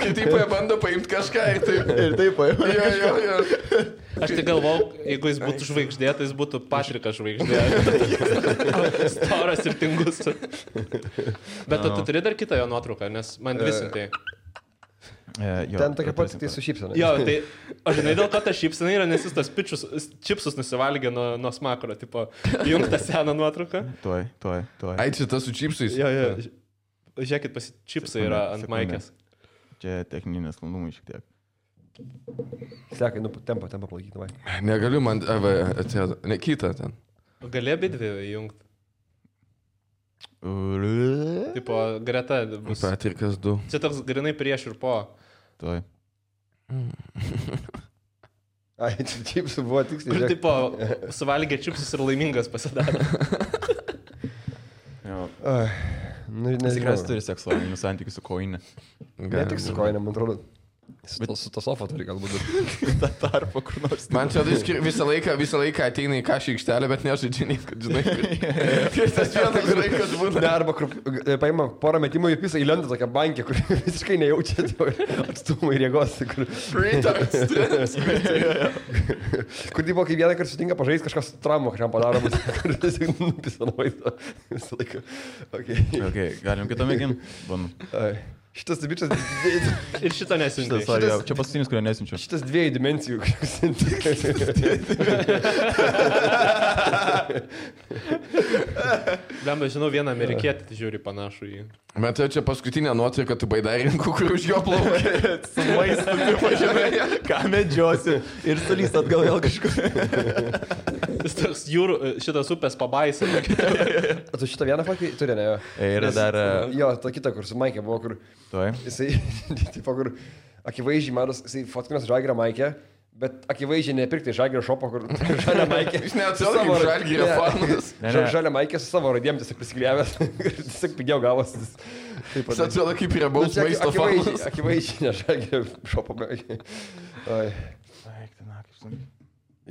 Kai taip jie bando paimti kažką ir taip. Ir taip, oi, Jo, jo, jo. Aš tai galvau, jeigu jis būtų žvaigždė, tai jis būtų Patrikas žvaigždė. Storas ir tingus. E. Bet tu, tu turi dar kitą jo nuotrauką, nes man dvi siuntėjai. E, jo, Ten tokia pat, atrasim tai tą. su šypsena. Jo, tai aš žinai, dėl ko ta šypsena yra, nes jis tos pičius, čipsus nusivalgė nuo, nuo smakro, tipo, jungtą seną nuotrauką. E. Tuoj, tuoj, tuoj. Ai, čia tas su čipsais. Jo, jo. ži- Žiūrėkit, pasi čipsai yra ant Sekundę, sekundę. maikės. Čia techninės sklandumai šiek tiek. Sekai, nu, tempo, tempo palaikyti, vai. Negaliu man, a, va, atsėdo. Ne, kitą ten. Galėjo abi dvi jungti. Taip. Tipo, greta bus. Patirkas du. Čia toks grinai prieš ir po. Tuoj. Ai, čia čipsų buvo Kur, tiksliai. žiūrėk. tipo, suvalgė čipsus ir laimingas pasidarė. Ai, Nu, Nes tikriausiai nežinau. turi seksualinių santykių su koinė. Ne tik su koinėm, man atrodo. Su, to- su to sofa turi galbūt. Ta tarpa kur nors. Man čia tai skir... visą laiką, visą laiką ateina į kažkokį aikštelę, bet nežaidžia nei, kad žinai. Kaip tas vienas laikas Ne, būna. arba kur e, paima porą metimų į pisą, įlenda tokia bankė, kur visiškai nejaučia to atstumų ir jėgos. Kur, Retards. kur tipo, kai vieną kartą sutinka pažaisti kažkas traumą, kažkam padaroma, kur tiesiog nupisa nuo vaizdo visą laiką. Okay. Okay, galim kitą mėginti. Ai, Šitas bičias, Ir šito nesiuntė. Šitas, šitas... Čia paskutinis, kurio nesimčiau. šitas dviejų dimensijų kažkoks. Lemba, žinau, vieną amerikietį tai žiūri panašų į jį. Bet tai čia paskutinė nuotrauka, tu baidarinku, kur už jo plaukia. Ką medžiosi ir sulys atgal vėl kažkur. Jis toks jūrų, šitas upės pabaisa. O tu šitą vieną fakį turi, ne? jo? Yra Nes- dar. e, Jo, ta kita, kur su Maikė buvo, kur Tuoj. Jisai, tipo, kur akivaizdžiai matos, jisai fotkinas žagirą maikę, bet akivaizdžiai nepirkti žagirą šopo, kur žalia maikė. Jis neatsakė, kaip žalgyrio fanas. Ne, Ža, ne. žalia maikė su savo raidėm tiesiog prisikliavęs. ir tiesiog pigiau gavosi. Taip Jis atsėda kaip riebaus maisto Nu, Akivaizdžiai, fanas. akivaizdžiai ne žagirą šopo maikė. Oi.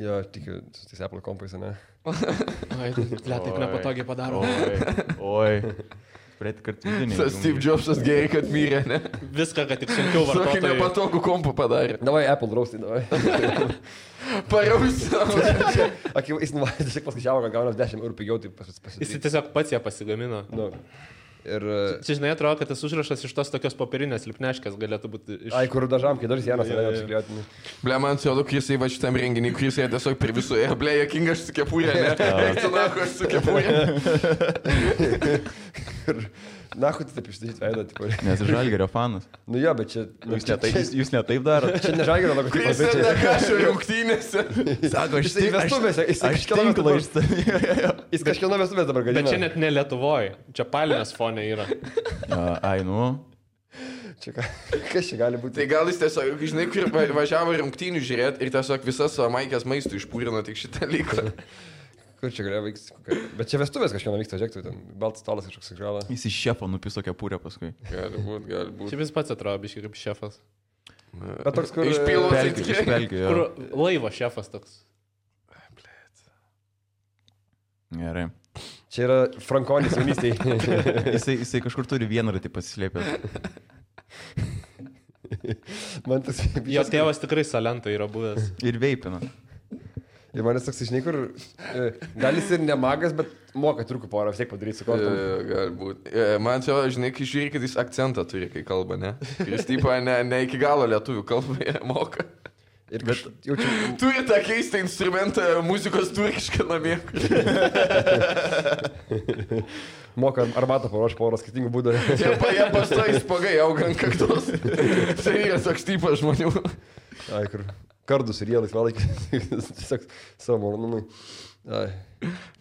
Jo, tikiu, su tais Apple kompais, ne? Ai, ble, taip Oi. nepatogiai padaro. Oi. Pret kartvidinį. Tas Steve Jobsas gerai, kad mirė, ne? Viską, kad tik sunkiau Tokį vartoti. nepatogų kompą padarė. Davai, Apple draustai, davai. Parausiau. Akivaizdžiai, nu, jis tiesiog paskaičiavo, kad gaunas 10 eurų pigiau, tai Jis pasidarė. tiesiog pats ją pasigamino. Nu. Ir... e, Čia, žinai, atrodo, kad tas užrašas iš tos tokios popierinės lipneškės galėtų būti iš... Ai, kur dažam, kai tai dar sienas, ne, Jo, jo, jo. apsikliuotinai. Ble, man atrodo, kai jisai va šitam renginiui, kai jisai tiesiog per visų, e, ble, jokinga aš su kepurė, ne? Eik tu nako, aš su kepurė. Ir, na, kur tu taip išdažyti veidą, tipo. Nes žalgerio fanas. Nu jo, bet čia... Nu, Jūs ne tai- taip, jūs, jūs ne taip darote. Čia nežagino, kad Kai jisai čia... nekašo rungtynėse. Sako, Jisai vestuvėse, jisai Aš kažkieno tinklą metu- išstovėjau. Jis kažkieno vestuvės dabar Bet gadina. čia net ne Lietuvoje, čia palinės fonė yra. Ai, nu. Čia ką? Kas čia gali būti? Tai gal jis tiesiog, žinai, kur va- važiavo rungtynių žiūrėti ir tiesiog visas savo maikės maistų išpūrino tik šitą lygą. Kur čia galėjo vykti? Kokia- Bet čia vestuvės kažkieno vyksta, žiūrėk, tu ten baltas stalas kažkoks žalas. Jis iš šefo nupiso kepurę paskui. Gali būti, gali būti. Čia vis pats atrodo, biškai kaip šefas. Bet toks, kur... Išpilo. э, Pelkių, iš pelkių. Kur jo. laivo šefas toks. Gerai. Čia yra Frankonis jaunystėje. Jisai, jisai kažkur turi vienratį pasislėpęs. Man tas... Jo tėvas tikrai salento yra buvęs. Ir veipina. Ir manęs toks, žinai, kur... e, Gal jis ir nemagas, bet moka truku porą, vis tiek padaryti su kortom. Galbūt. E, Man čia, žinai, kai žiūri, kad jis akcentą turi, kai kalba, ne? Ir Jis taip, ne, ne iki galo lietuvių kalbą jie moka. Ir bet jaučiu... Turi tą keistą instrumentą muzikos turkišką namie. Moka arbatą paruošti porą skirtingų būdų. Čia paėm pastai spagai auga ant kaktos. Tai yra toks tipas žmonių. Ai, kur. Kardus ir jie laisvalaikis. Tiesiog savo malonumui. Ai.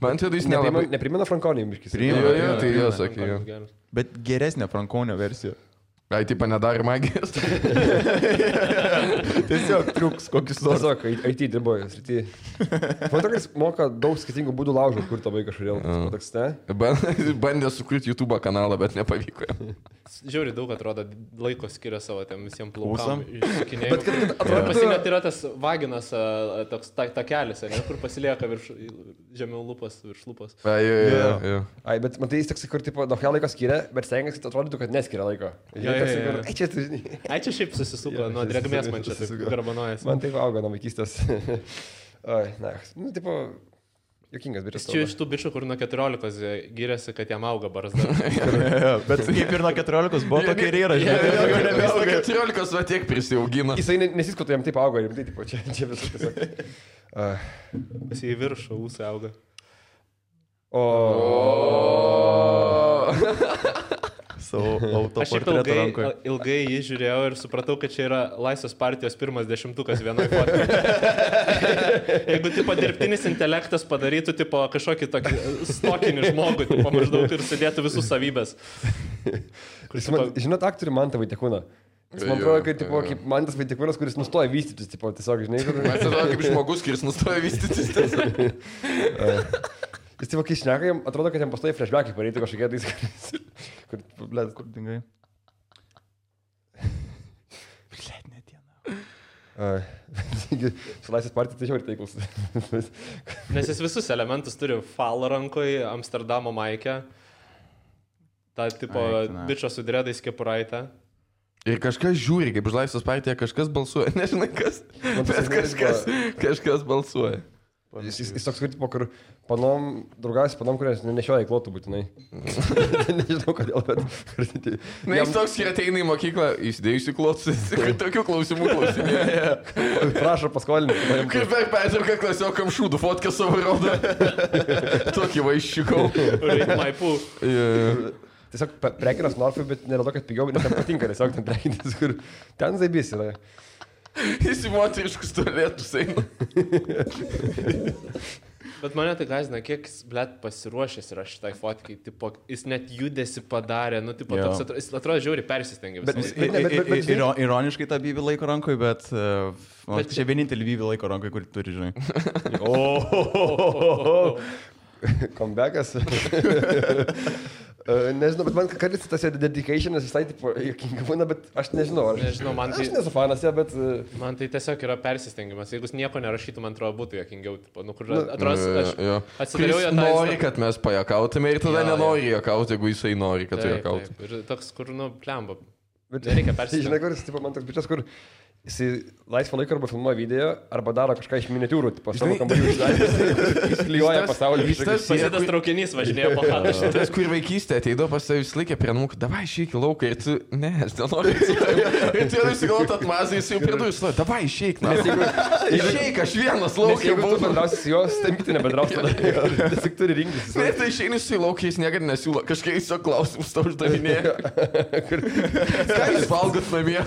Man čia tai jis Neprimena, nelabai. neprimena Frankonį, miškis. Primena. Jo, jo, tai Jo, jo, sakė. jo. Bet geresnė Frankonio versija. Ai, taip, nedarė magijos. Tiesiog triuks kokius nors. Tiesiog IT dirbo, srity. Man atrodo, kad jis moka daug skirtingų būdų laužo, kur tavo kažkodėl. Jo. Toks, ne? Ban- Bandė sukurti YouTube kanalą, bet nepavyko. jam. Žiauri daug atrodo, laiko skiria savo tiem visiems Ūsam. plaukam. Bet Bet kad atrodo, atrodo, pas jį net yra tas vaginas, a, a, toks ta- takelis, ta kur pasilieka virš, žemiau lūpos, virš lūpos. Ai, jo, jo, jo, jo. Ai, bet matai, jis toks, kur tipo, daug laiko skiria, bet stengiasi, kad atrodytų, kad neskiria laiko. Ir Jo, jo, toks, jo. kur, Ai, čia, tu žinai. Ai, čia šiaip susisuko, Jo, nuo drėgmės man čia susisuko. garbanojasi. Man taip auga nuo vaikystės. Ai, na, nu, tipo, Jokingas Jis bičias. čia iš tų bičių, kur nuo 14 gyrėsi, kad jam auga barzda. Bet kaip ir nuo 14 buvo tokia ir yra, Jie žinai. daugiau nebeauga. 14 va tiek prisiaugina. Jisai ne- nesiskoto, jam taip auga, rimtai, tipo, čia, čia viskas tiesiog. Uh, Jis į viršų ūsą auga. o... Savo Aš šiaip autoportretą ilgai, rankoje. ilgai jį žiūrėjau ir supratau, kad čia yra Laisvės partijos pirmas dešimtukas vienoje fotoje. Jeigu tipo, dirbtinis intelektas padarytų tipo, kažkokį tokį e, stokinį žmogų, tipo, maždaug ir sudėtų visus savybės. Kur, Jis Man, tipo, žinot, aktorių man tą vaitekūną. Jis man Jo, atrodo, kad, tipo, jo. kaip man tas vaitekūnas, kuris nustoja vystytis, tipo, tiesiog, žinai, kur... Man atrodo, kaip žmogus, kuris nustoja vystytis. tiesiog. Jis, tipo, kai šneka, jam atrodo, kad jam pastoja flashbackai padaryti kažkokie tais, kur, kur blėt, Kur dingai? Uh, su laisvės partija tai žiauriai taiklus. nes jis visus elementus turi falą rankoje, Amsterdamo maikę, tą tipo Aiktina. bičio sudrėdą į skepuraitę. Ir kažkas žiūri, kaip už Laisvės partiją kažkas balsuoja. Nežinai kas. tas Bet kažkas, kažkas balsuoja. jis, jis, jis toks, kur, tipo, kur panom, draugavęs panom, kurias nenešioja įklotų būtinai. Nežinau kodėl, bet... Na, jis toks, kai ateina į mokyklą, įsidėjusi klotus, kad tokių klausimų klausinėja. prašo paskolinti. Kaip per pertrauką klasiokam šūdu, fotkę savo rodo. Tokį vaiščiukau. Reik maipų. Tiesiog pe- prekinas Norfui, bet nėra to, kad pigiau, nes jam patinka tiesiog ten prekinas, kur ten zaibys yra. Jis į moteriškus tualetus eina. Bet mane tai gazina, kiek jis, blėt, pasiruošęs yra šitai fotkai, tipo, jis net judesi padarė, nu, tipo, Jo. toks atrodo, jis atrodo nu, žiauri persistengė. Bet, visą bet, laiką. bet, bet- bet- bet, bet- bet, bet, ironiškai tą bybį laiko rankoje, bet... Uh, Bet bet čia vienintelį bybį laiko rankoje, kurį turi, žinai. Comebackas. E, nežinau, bet man kartais tas jo dedicationas visai tipo jokinga būna, bet aš nežinau. Aš, Nežinau, man tai- Aš nesu fanas, ja, bet... e, Man tai tiesiog yra persistengimas. Jeigu jis nieko nerašytų, man atrodo, būtų jokingiau. Tipo, nu, kur Nu, atrodo, aš Jo. atsidariau Jis jo tą Nori, Instagram- kad mes pajakautume ir tada Jo, jo. nenori jakauti, jeigu jisai nori, kad tu Taip, jakautum. taip. Ir toks, kur, nu, plemba. Bet Nereikia persistengt. Žinai, kur jis, tipo, man toks bičias, kur jis laisvą laiką arba filmuoja video, arba daro kažką iš miniatūrų, tipo, savo Žinai- kambarių uždaręs. Jis klijuoja tas- pasaulį. jis tas- kažkokius- Pasėdas traukinys važinėjo po Hadašą. Tas, kur vaikystė ateidavo pas tavį slikę prie namų, davai išeik į lauką ir tu, ne, aš nenoriu. eiti su tavim." Ir tu jau nusigalvot atmazai, jis jau prie durų, jis, davai išeik, na. Išeik, aš vienas Nes laukia Jeigu tu būtų. bendrausi su juo, stambyti nebendrausi. Jis tik turi rinktis. Ne, tai išeini su į lauką, jis niekada nesiūlo, kažkaip jis jo klausimus tau uždavinėja. Ką jūs valgot namie?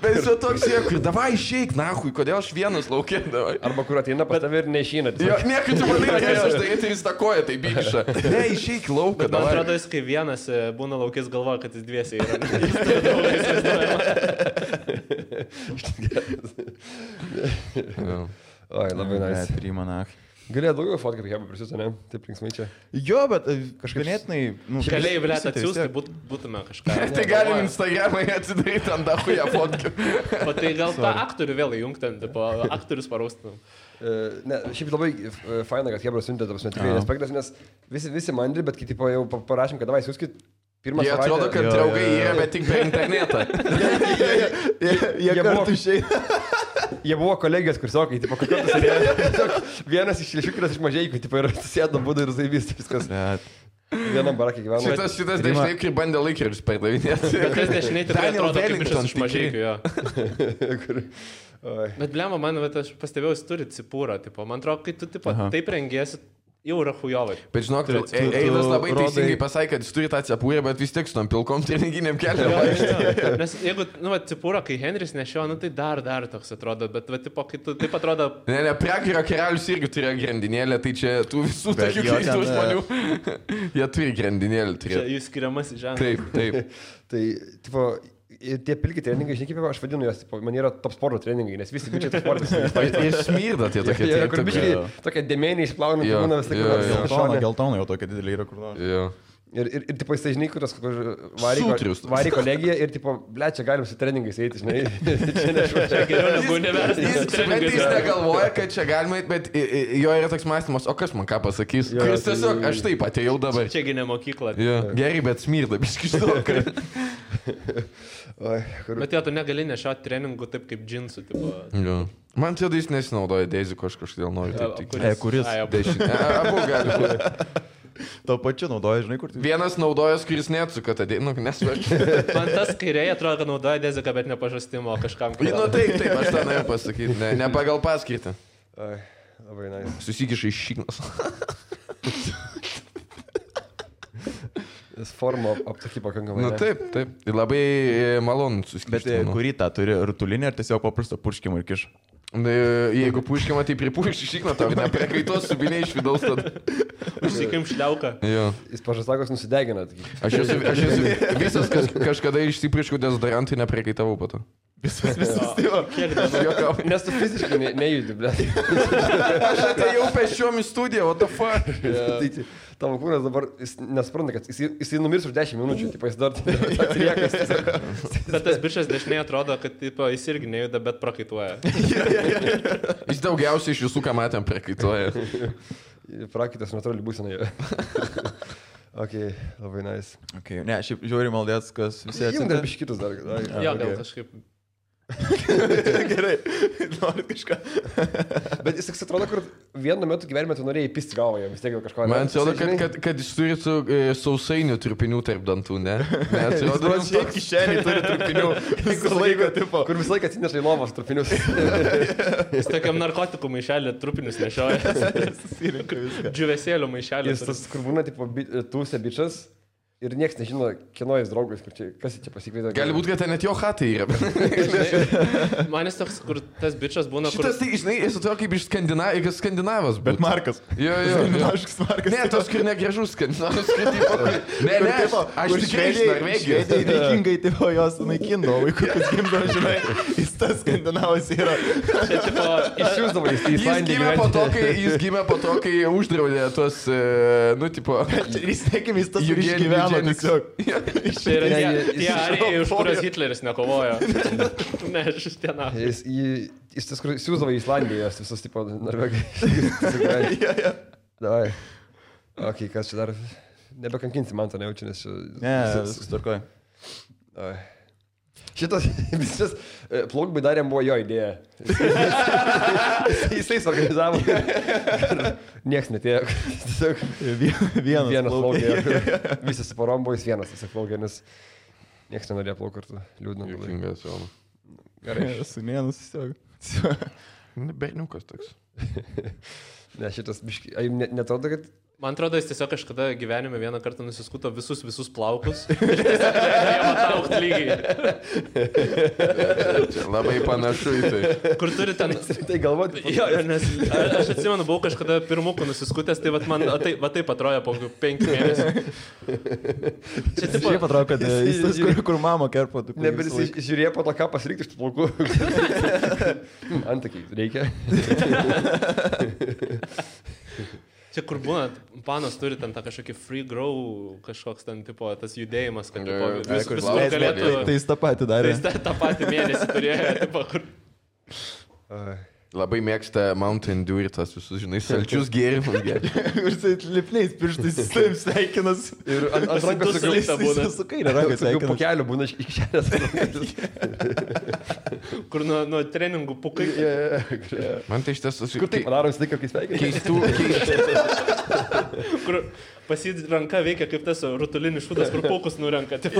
Bet jis jau toks, jie, kur davai išeik, na, hui, kodėl aš vienas laukia, davai. Arba kur ateina pas tave ir neišyna. Jo, nieko tu manai, kad jis uždaryti ir jis takoja, tai bigiša. Ne, išeik į lauką, Man davai. atrodo, jis kai vienas e, būna laukis galvoja, kad jis dviesiai yra. Jo. Oi, labai nais. Nice. Priimana. Galėjo daugiau fotkų, kaip prisiūsiu, ne? Taip, linksmai čia. Jo, bet e, kažkaip ganėtinai... Nu, Galėjai, visi blėt, tai vis atsiųsti, tiek- būt- būtume kažką. Tai galim Instagramą atsidaryti ant dahuja fotkių. O tai gal tą aktorių vėl įjungtum, tipo, aktorius paraustum. E, Ne, šiaip labai e, faina, kad Hebras siuntė, tas metai, Jo. respektas, nes visi, visi mandri, bet kiti jau pa- parašėm, kad davai siūskit. Pirmą Jie atrodo, kad Jo, jo, draugai jo. yra, bet tik per internetą. Jie, jie Jie buvo- kartu išeina. Jie buvo kolegijos kursiokai, tipo, kokios serialas. Vienas iš lėšių, kitas iš mažai, kai tipo, yra susėdo būdų ir zaivys, viskas. Vienam barakė gyveno. Šitas, šitas Rima- dažnai kaip bandė laikrodžius pardavinėti. Bet kas dešiniai tikrai Tai Daniel atrodo kaip Wellington, bičias iš mažiekių, jo. Kur... Oi. Bet blemo, man, bet aš pastebėjau, jis turi cipūrą, tipo. Man atrodo, kai tu tipo, Aha. taip rengiesi, jau yra hujovai. Bet žinok, Tu- tu- Ei- Eilas tu labai rodai- teisingai pasakė, kad jis turi tą cepūrę, bet vis tiek su tom pilkom treninginiam keliam. Nes jeigu, nu, va, cipūra, kai Henris nešio, nu, tai dar, dar toks atrodo, bet, va, tipo, kai tu taip atrodo, Ne, ne, prekario karalius irgi turėjo grandinėlę, tai čia tų visų Bet tokių jo keistų ten, e, žmonių. Jie turi grandinėlę čia turėti. jūs skiriamas ženklas. Taip, taip. Tai, tipo, i- tie pilki treningai, žinai, kaip aš vadinu juos, tipo, man yra top sporto treningai, nes visi bičiai top sporto. Jie smirda tie tokie. Jie yra taip, kur taip. bičiai, jo. tokia dėmenė išplauna, Jo, tai būna visą jo, jo. Geltona, laiką. geltona jau tokia didelė yra kur nors. Jo. Ir, ir, ir tipo, jisai žinai, kurios varė Sutrius. varė kolegiją ir, tipo, ble, čia galim su treningais eiti, žinai. Čia ne šuo, čia Geriau negu Jis, supranti, jis nevertinti. negalvoja, kad čia galima eiti, bet i- i- jo yra toks mąstymas, o kas man ką pasakys. Jo, Jis tai- tiesiog, aš taip atėjau dabar. Čiagi ne mokykla. Jo. Gerai, bet smirda, biškiškai. Oi, kur... Bet jo, tu negali nešioti treningų taip kaip džinsų, tipo. Jo. Man tie dais nesinaudoja Deiziku, aš kažkodėl noriu taip a, tik. E, kuris? Ai, abu. Dešinė. Abu gali būti. Tuo pačiu naudoji, žinai, kur tu. Vienas naudojas, kuris neatsuka, tada, nu, nesvarbu. Man tas kairiai atrodo, kad naudoja deziką, bet ne pažastimo kažkam. Nu, taip, taip, aš tą norėjau pasakyti. Ne, ne pagal paskaitą. Oi, labai nice. Susikiša iš šiknos. Jis formą apsaky pakankamai. Na, ne? taip, taip. Ir labai e, malonu Bet susikišti. e, manau. kurį tą turi rutulinį ar tiesiog paprastą purškimą ir kiš. Na, e, Jeigu puškima, tai pripūški šikną tau, ne prie kaitos subinė iš vidaus. Tad... Užsikim šliauką. Jo. Jis pažastakos nusidegina. taigi. Aš esu, aš esu visas, kas kažkada išsiprieškau dezodorantui, neprikaitavau po to. Visas, visas. Kiek dabar? Jokau. Nes tu fiziškai ne, nejudi, ble. Aš atėjau pešiomis studiją, what the fuck. Tai čia- Tavo kūnas dabar, jis nespranta, kad jis, jis numirs už 10 minučių, tipo, jis dar atliekas. Bet tas bičias dešinėje atrodo, kad tipo, jis irgi nejuda, bet prakaituoja. Jis daugiausiai iš visų, ką matėm, prikaituoja. Prakitas natūraliai būsenoje. Ok, labai nice. Okay. Ne, šiaip žiūri maldės, kas visi Jums atsiuntė. dar biškitus dar. dar. Jo, gal okay. kažkaip. Gerai, nori kažką. Bet jis toks atrodo, kur vienu metu gyvenime tu norėjai pisti galvą, jam vis tiek jau kažko. Man atrodo, kad, kad, kad jis turi su e, sausainių trupinių tarp dantų, ne? Ne, atrodo, Duos šiaip kišenį turi trupinių. Visą laiką, tipo. Kur visą laiką atsineša į lovą strupinius. Jis tokiam narkotikų maišelį trupinius nešioja. Susirinka viską. Džiuvesėlių maišelį. jis tas, kur būna, tipo, bi- tūsė bičias ir niekas nežino, kieno jis draugas, kur čia, kas jį čia pasikvietė. Gali būti, kad ten net jo hatai yra. Man jis toks, kur tas bičias būna, kur... Šitas, tai, žinai, jis atrodo kaip iš skandina, kaip skandinavas. Bet būtų. Markas. Jo, jo, jo. Aš Markas. Ne, tos, kur negražus skandinavas. Ne, ne, aš, aš tikrai iš Norvegijos. Tai reikingai, tipo, jos naikindavo, vaikukas gimdo, žinai, jis tas skandinavas yra. Čia, tipo, iš... Išsiųsdavo jis į Jis Islandiją. gimė po to, kai, jis gimė po to, kai uždraudė tuos, e, nu, tipo, Ir jis nekim, jis tas ir Eugenijus išgyveno Eugenijus. tiesiog. Tai yra Ne, tie, jis- tie jis arijai, iššaukojo. už kuriuos Hitleris nekovojo. Ne, šis ten. Jis, jį- jis tas, kur siūsdavo į Islandiją, jos visus, tipo, norvegai. Sugyventi. Davai. Ok, kas čia dar? Nebekankinsi man to nejaučiu, nes čia... Ne, sustarkoju. Ai. Šitas visas e, plaukbai darėm buvo jo idėja. Jisai suorganizavo. Niekas netėjo. Tiesiog Vienas. vienas plaukė. plaukė. Visi su porom buvo jis vienas, tiesiog plaukė, nes niekas nenorėjo plaukti kartu. Liūdna. labai. Juokingas, jo. Su mėnus tiesiog. Nu, Berniukas toks. Ne, šitas, biški, ai, jum ne- neatrodo, kad Man atrodo, jis tiesiog kažkada gyvenime vieną kartą nusiskuto visus, visus plaukus. Ir tiesiog jam atraukt lygiai. Čia labai panašu į tai. Kur turi ten... tai galvoti. Jo, jo, nes a- aš atsimenu, buvau kažkada pirmukų nusiskutęs, tai vat man a- tai, va taip atrodė po kokių penkių mėnesių. Čia tipo... Šiaip atrodo, kad e, Jis- jis tas, kur, kur mamo kerpo. tai kur Ne, bet visą jis žiūrėjo po to, ką tai pasirinkti iš tų plaukų. Antakiai, reikia. Čia kur būna, panas turi ten tą kažkokį free grow, kažkoks ten tipo tas judėjimas, kad tipo, Jo, jo, vis, kur visur laužo, laiką- Tai, galėtų. tai, tai jis tą patį darė. Tai jis tą, tą patį mėnesį turėjo, tipo, kur... Labai mėgsta Mountain Dew ir tas visus, žinai, salčius gėrimus gėrimus. Ir jisai lipniais pirštais jis taip sveikinas. Ir ant, ant rankos Su tokių- kaita būna. Su kairė ranka tokių sveikinas. pokelių būna iš kišenės. kur nuo, nuo treningų pukai. Man tai iš tiesų Kur tai padarom, visą laiką, kai sveikinam. keistų, keistų. kur pasidė ranka veikia kaip tas rutulinis šūdas, kur paukus nurenka. Tipo,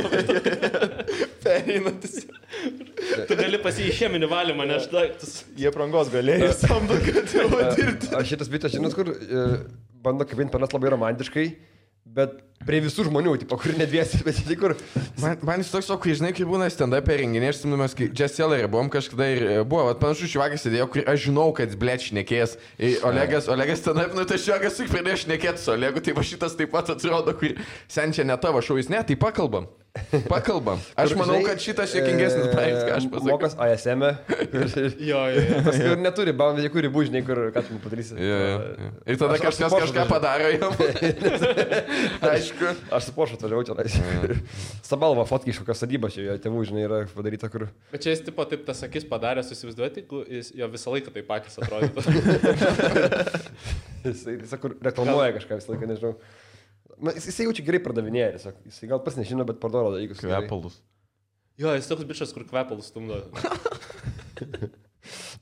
Pereinantis. Tu gali pasijai cheminį valymą, nes daiktus. Jie prangos galėjo samdo, kad jau dirbti. Aš šitas bitas, žinot, kur e, bando kabinti panas labai romantiškai, bet prie visų žmonių, tipo, kur nedviesi, bet tik kur. Man, man jis toks, o kai žinai, kai būna stand-up renginė, aš atsimenu, mes kai Jazz Cellar buvom kažkada ir e, buvo, vat, panašu, šivakas sėdėjo, kur aš žinau, kad bleč nekės. Olegas, Olegas stand-up, nu tai šivakas tik pradėjo šnekėti su Olegu, tai va šitas taip pat atrodo, kur senčia ne tavo šaus, ne, tai pakalbam. Pakalbam. Aš kur, manau, žinai, kad šitas juokingesnis e, praeitis, ką aš pasakiau. Mokas ASM. e. Jo, jo, jo. Tas, kur neturi, bam, jokių ribų, žinai, kur ką tu man padarysi. Jo, jo, jo. Ir tada Aš- aš kažkas supratau, kažką žodžiu. padaro jam. Aišku. Aš su pošu atvažiavau čia, Mm. tai. Sabalva fotkiai iš kokios sadybos, jo tėvų, žinai, yra padaryta, kur. Bet čia jis tipo taip tas akis padarė, susivaizduoti, jeigu jis- jo visą laiką taip akis atrodytų. Jisai, jisai kur reklamuoja kažką visą laiką, nežinau. Na, jis, jisai jaučiu gerai pardavinėja, tiesiog. jisai gal pas nežino, bet parduoda dalykus. gerai. Kvepalus. Jo, jis toks bičias, kur kvepalus stumdo.